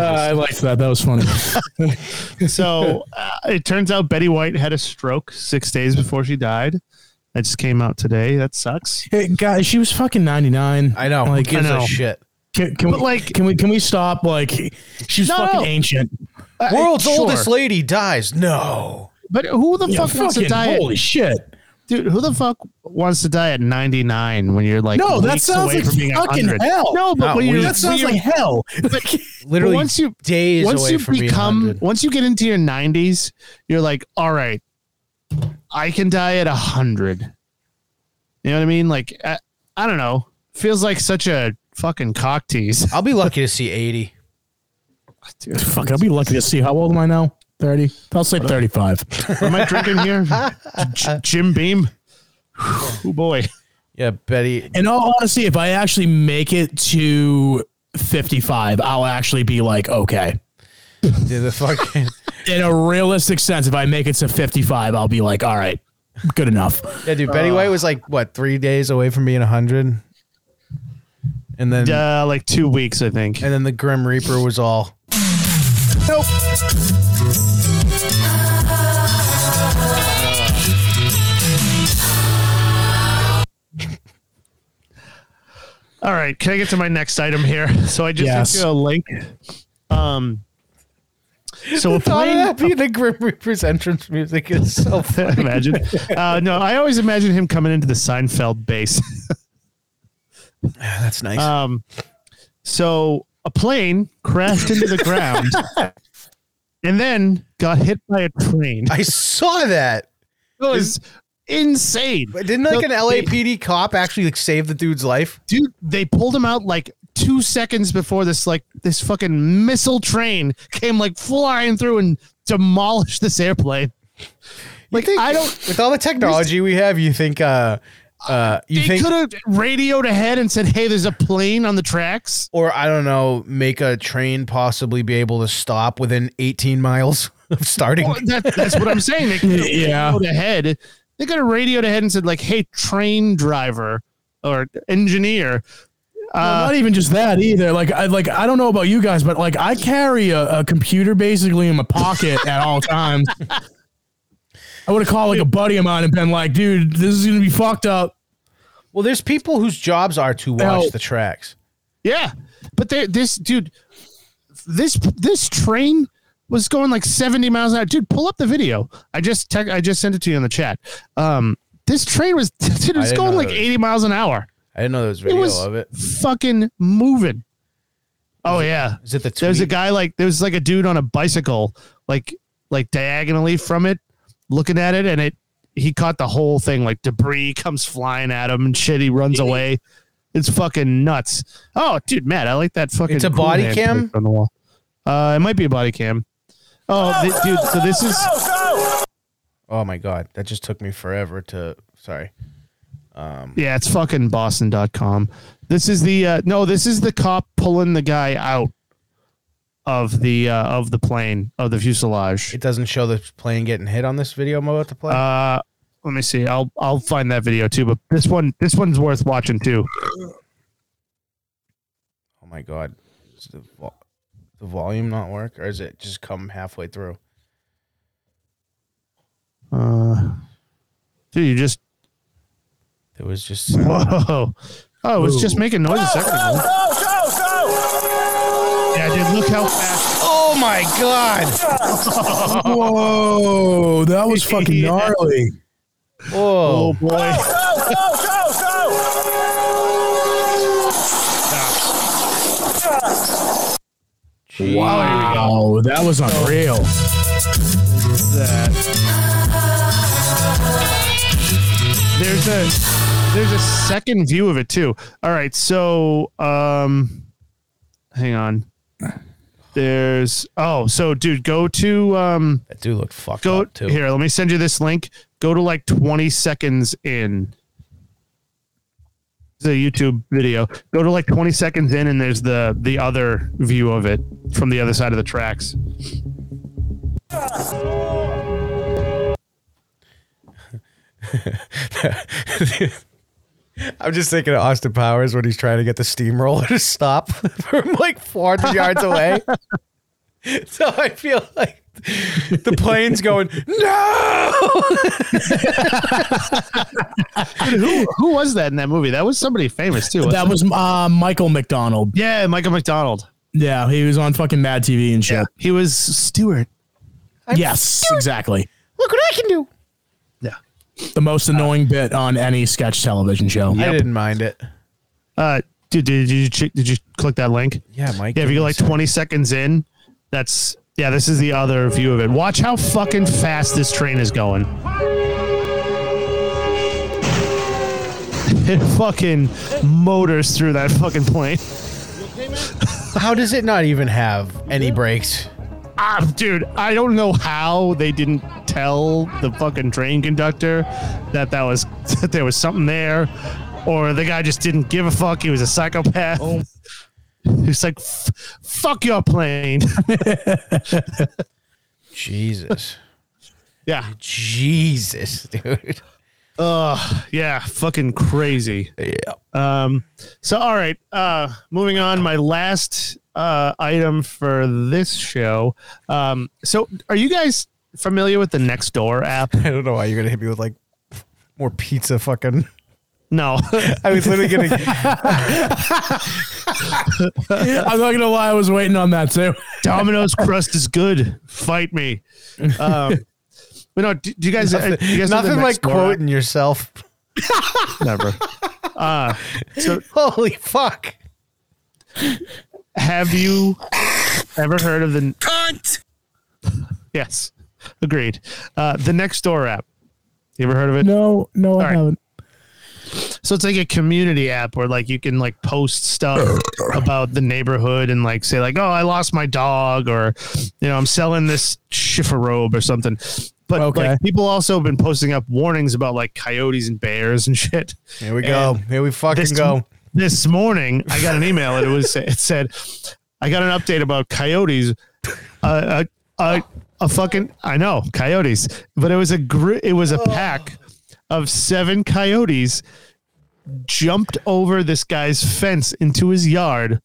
Speaker 2: I liked that. That was funny.
Speaker 3: So uh, it turns out Betty White had a stroke six days before she died. That just came out today. That sucks.
Speaker 2: Hey, guys, she was fucking ninety nine.
Speaker 1: I know.
Speaker 2: Like,
Speaker 1: who gives
Speaker 3: I know.
Speaker 1: a shit?
Speaker 2: can, can we
Speaker 3: like-
Speaker 2: like? Can we? Can we stop? Like, she was
Speaker 3: No,
Speaker 2: fucking
Speaker 3: no.
Speaker 2: ancient. Uh,
Speaker 1: World's
Speaker 3: sure.
Speaker 1: oldest lady dies. No.
Speaker 3: But who the
Speaker 2: Yeah,
Speaker 3: fuck wants to
Speaker 2: fucking
Speaker 3: die?
Speaker 2: holy
Speaker 3: At,
Speaker 2: shit!
Speaker 3: dude, who the fuck wants to die at 99 when you're like
Speaker 2: No, that
Speaker 3: weeks
Speaker 2: sounds
Speaker 3: away
Speaker 2: like
Speaker 3: from being
Speaker 2: fucking
Speaker 3: 100?
Speaker 2: hell.
Speaker 3: No, but
Speaker 1: Not
Speaker 3: when
Speaker 1: weeks.
Speaker 3: you're
Speaker 2: That sounds like hell.
Speaker 1: Literally
Speaker 3: But once you-
Speaker 1: days
Speaker 3: once
Speaker 1: away
Speaker 3: you
Speaker 1: from being
Speaker 3: become
Speaker 1: 100.
Speaker 3: once you get into your 90s, you're like, all right, I can die at 100. You know what I mean? Like I, I don't know. Feels like such a fucking cock tease.
Speaker 1: I'll be lucky to see 80.
Speaker 3: Dude,
Speaker 2: Fuck, I'll be lucky to see how old am I now? Thirty. I'll say thirty-five.
Speaker 3: Am I drinking here? J- Jim Beam. Oh boy.
Speaker 1: Yeah, Betty.
Speaker 2: In all honesty, if I actually make it to fifty-five, I'll actually be like, okay.
Speaker 1: Did the fucking
Speaker 2: In a realistic sense, if I make it to fifty-five, I'll be like, all right, good enough.
Speaker 1: Yeah, dude, Betty White was like what, 3 days away from being 100? And then
Speaker 3: Uh, like two weeks, I think.
Speaker 1: and then the Grim Reaper was all
Speaker 3: All right, can I get to my next item here? So I just
Speaker 2: Yes.
Speaker 3: sent you a link. Um. So we're
Speaker 1: Thought of
Speaker 3: playing.
Speaker 1: that being the Grim Reaper's entrance music is so funny.
Speaker 3: imagine. Uh, no, I always imagine him coming into the Seinfeld base.
Speaker 1: That's nice.
Speaker 3: Um, so a plane crashed into the ground, and then got hit by a train.
Speaker 1: I saw that.
Speaker 3: It was insane.
Speaker 1: But didn't like
Speaker 3: No,
Speaker 1: an LAPD cop actually like save the dude's life?
Speaker 3: dude they pulled him out like two seconds before this like this fucking missile train came like flying through and demolished this airplane like
Speaker 1: think-
Speaker 3: i don't
Speaker 1: With all the technology we have, you think uh uh you
Speaker 3: they
Speaker 1: think
Speaker 3: could have radioed ahead and said hey there's a plane on the tracks
Speaker 1: or I don't know, make a train possibly be able to stop within 18 miles of starting.
Speaker 3: Well, that, that's what i'm saying they could have
Speaker 1: Uh.
Speaker 2: Yeah.
Speaker 3: radioed ahead they could have radioed ahead and said like hey train driver or engineer
Speaker 2: Well, not even just that either. Like, I like I don't know about you guys, but like I carry a, a computer basically in my pocket at all times. I would have called like a buddy of mine and been like, "Dude, this is gonna be fucked up."
Speaker 1: Well, there's people whose jobs are to watch
Speaker 2: Now-
Speaker 1: the tracks.
Speaker 3: Yeah, but there, this dude, this this train was going like 70 miles an hour. Dude, pull up the video. I just tech I just sent it to you in the chat. Um, this train was dude, it
Speaker 1: I
Speaker 3: was
Speaker 1: didn't
Speaker 3: going
Speaker 1: know
Speaker 3: like
Speaker 1: that.
Speaker 3: 80 miles an hour.
Speaker 1: I didn't know there was
Speaker 3: It
Speaker 1: video
Speaker 3: was
Speaker 1: of it.
Speaker 3: fucking moving. Oh yeah.
Speaker 1: Is it the tweet?
Speaker 3: There was a guy like there was like a dude on a bicycle, like like diagonally from it, looking at it, and it he caught the whole thing. Like debris comes flying at him and shit. He runs away. It's fucking nuts. Oh, dude, Matt, I like that fucking.
Speaker 1: It's a body
Speaker 3: Kool-Aid
Speaker 1: cam?
Speaker 3: pic on the wall. Uh, it might be a body cam. Oh, thi- dude, so this is
Speaker 1: Oh my god, that just took me forever to. Sorry. Um,
Speaker 3: yeah, it's fucking Boston.com. This is the uh, no, this is the cop pulling the guy out of the uh, of the plane of the fuselage.
Speaker 1: it doesn't show the plane getting hit on this video I'm about to play.
Speaker 3: Uh, let me see. I'll I'll find that video too. But this one this one's worth watching too.
Speaker 1: oh my god, is the vo- the volume not work, or is it just come halfway through?
Speaker 3: Uh, dude, you just
Speaker 1: There was just sound.
Speaker 3: whoa. Oh, it was just making noise a second ago. Yeah, dude, look how fast.
Speaker 1: Oh my god!
Speaker 5: Whoa, that was fucking
Speaker 3: Yeah.
Speaker 5: gnarly.
Speaker 1: Whoa!
Speaker 3: Oh boy.
Speaker 2: Oh,
Speaker 5: Wow, that was unreal.
Speaker 3: There's a there's a second view of it too. All right, so um, hang on. There's oh, so dude, go to um,
Speaker 1: That dude looked fucked
Speaker 3: go
Speaker 1: up too.
Speaker 3: here. Let me send you this link. Go to like 20 seconds in. It's a YouTube video. Go to like 20 seconds in, and there's the the other view of it from the other side of the tracks.
Speaker 1: I'm just thinking of Austin Powers when he's trying to get the steamroller to stop from like 400 yards away. So I feel like the plane's going no.
Speaker 3: Who who was that in that movie? That was somebody famous too.
Speaker 2: That
Speaker 3: wasn't
Speaker 2: was uh, Michael McDonald.
Speaker 3: it? yeah, Michael McDonald.
Speaker 2: Yeah, he was on fucking Mad TV and shit.
Speaker 3: He was Stewart.
Speaker 2: yes, exactly.
Speaker 1: Look what I can do.
Speaker 3: Yeah.
Speaker 2: The most annoying bit on any sketch television show.
Speaker 1: I didn't mind it.
Speaker 3: Uh, dude, did you check- did you click that link?
Speaker 1: Yeah, Mike.
Speaker 3: Yeah, if you go like 20 seconds in, that's yeah. This is the other view of it. Watch how fucking fast this train is going. It fucking motors through that fucking plane.
Speaker 1: How does it not even have any brakes?
Speaker 3: Ah, dude, I don't know how they didn't tell the fucking train conductor that that was that there was something there, or the guy just didn't give a fuck. He was a psychopath. He's like, "F- "Fuck your plane."
Speaker 1: Jesus.
Speaker 3: yeah,
Speaker 1: Jesus, dude.
Speaker 3: Ugh, yeah, fucking crazy.
Speaker 1: Yeah.
Speaker 3: Um, so all right, uh, moving on. My last uh item for this show. Um, so are you guys familiar with the Nextdoor app?
Speaker 1: I don't know why you're going to hit me with like more pizza fucking.
Speaker 3: No,
Speaker 1: I was literally going to.
Speaker 2: I'm not gonna lie, I was waiting on that too.
Speaker 3: Domino's crust is good. Fight me. Um, but no, do, do you guys? uh, do you guys know the
Speaker 1: Nothing like
Speaker 3: Nextdoor
Speaker 1: quoting yourself.
Speaker 3: app? Never. Uh,
Speaker 1: Ah,
Speaker 3: so
Speaker 1: Holy fuck.
Speaker 3: have you ever heard of the?
Speaker 4: Cunt!
Speaker 3: Yes, agreed. Uh, the Nextdoor app. You ever heard of it?
Speaker 2: No, no, I
Speaker 3: right.
Speaker 2: haven't.
Speaker 3: So it's like a community app where like you can like post stuff about the neighborhood and like say like, oh, I lost my dog or you know, I'm selling this shiffer robe or something. But
Speaker 2: Okay.
Speaker 3: like people also have been posting up warnings about like coyotes and bears and shit.
Speaker 1: Here we go. Here we fucking
Speaker 3: This
Speaker 1: go.
Speaker 3: this morning I got an email and it was it said I got an update about coyotes. Uh, a, a, a fucking I know coyotes, but it was a gr- it was a pack of seven coyotes jumped over this guy's fence into his yard,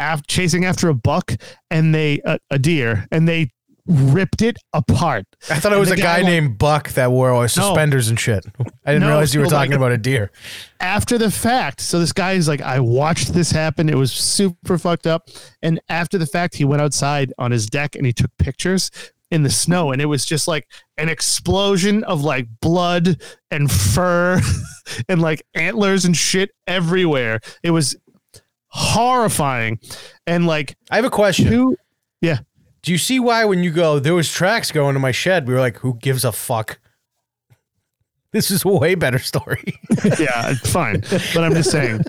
Speaker 3: af- chasing after a buck and they a, a deer and they ripped it apart.
Speaker 1: I thought it was a
Speaker 3: the
Speaker 1: guy,
Speaker 3: guy won't-
Speaker 1: named Buck that wore all suspenders and shit. I didn't
Speaker 3: No,
Speaker 1: realize you were
Speaker 3: well, like-
Speaker 1: talking about a deer.
Speaker 3: after the fact. So this guy is like, I watched this happen. It was super fucked up. And after the fact, he went outside on his deck and he took pictures in the snow. And it was just like an explosion of like blood and fur and like antlers and shit everywhere. It was horrifying. And like
Speaker 1: I have a question.
Speaker 3: two,
Speaker 1: Do you see why when you go, there was tracks going to my shed? We were like, who gives a fuck? This is a way better story.
Speaker 3: yeah, it's fine. But I'm just saying.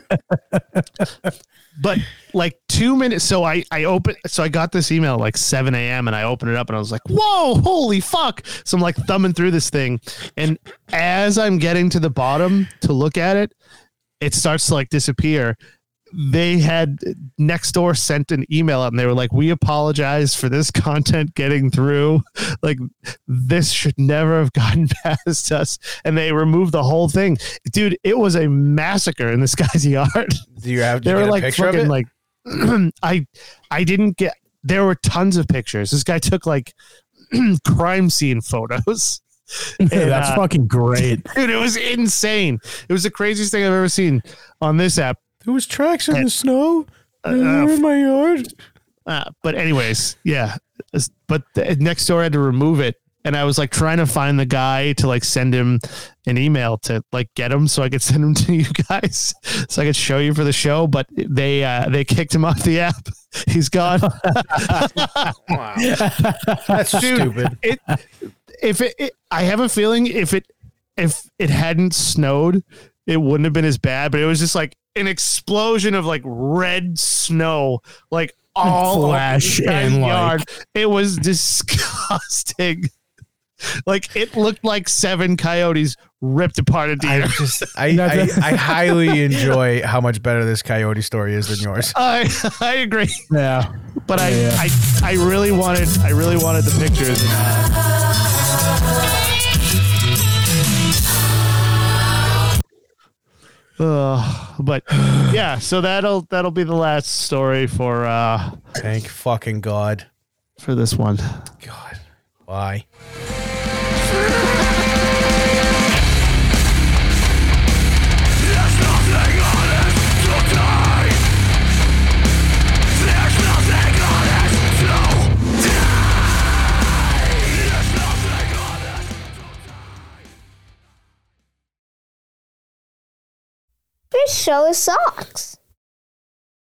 Speaker 3: But like two minutes, so I I open, so I got this email at like 7 a.m. and I opened it up and I was like, whoa, holy fuck! So I'm like thumbing through this thing, and as I'm getting to the bottom to look at it, it starts to like disappear. They had Nextdoor sent an email out and they were like, We apologize for this content getting through. Like, this should never have gotten past us. And they removed the whole thing. Dude, it was a massacre in this guy's yard.
Speaker 1: Do you have? did
Speaker 3: They
Speaker 1: you
Speaker 3: were
Speaker 1: get a
Speaker 3: like
Speaker 1: picture of
Speaker 3: fucking
Speaker 1: it?
Speaker 3: like I I didn't get there were tons of pictures. This guy took like crime scene photos.
Speaker 5: Hey, that's
Speaker 3: uh,
Speaker 5: fucking great.
Speaker 3: Dude, it was insane. It was the craziest thing I've ever seen on this app.
Speaker 1: there was tracks in
Speaker 3: Uh,
Speaker 1: the snow.
Speaker 3: uh,
Speaker 1: They were in my yard.
Speaker 3: Uh, but anyways, yeah. As- But the, next door had to remove it, and I was like trying to find the guy to like send him an email to like get him so I could send him to you guys so I could show you for the show. But they uh, they kicked him off the app. He's gone.
Speaker 1: Wow. That's stupid.
Speaker 3: it if it, it I have a feeling if it if it hadn't snowed, it wouldn't have been as bad. But it was just like an explosion of like red snow, like all over
Speaker 5: flash
Speaker 3: this guy's
Speaker 5: and, like-
Speaker 3: It was disgusting. Like it looked like seven coyotes ripped apart a
Speaker 1: I
Speaker 3: deer.
Speaker 1: just, I, I, I highly enjoy how much better this coyote story is than yours.
Speaker 3: I, I agree,
Speaker 5: Yeah.
Speaker 3: but I,
Speaker 5: Yeah.
Speaker 3: I I really wanted I really wanted the pictures. Ugh, but yeah, so that'll that'll be the last story for uh
Speaker 1: Thank fucking God.
Speaker 3: for this one.
Speaker 1: God, why?
Speaker 7: This show is socks.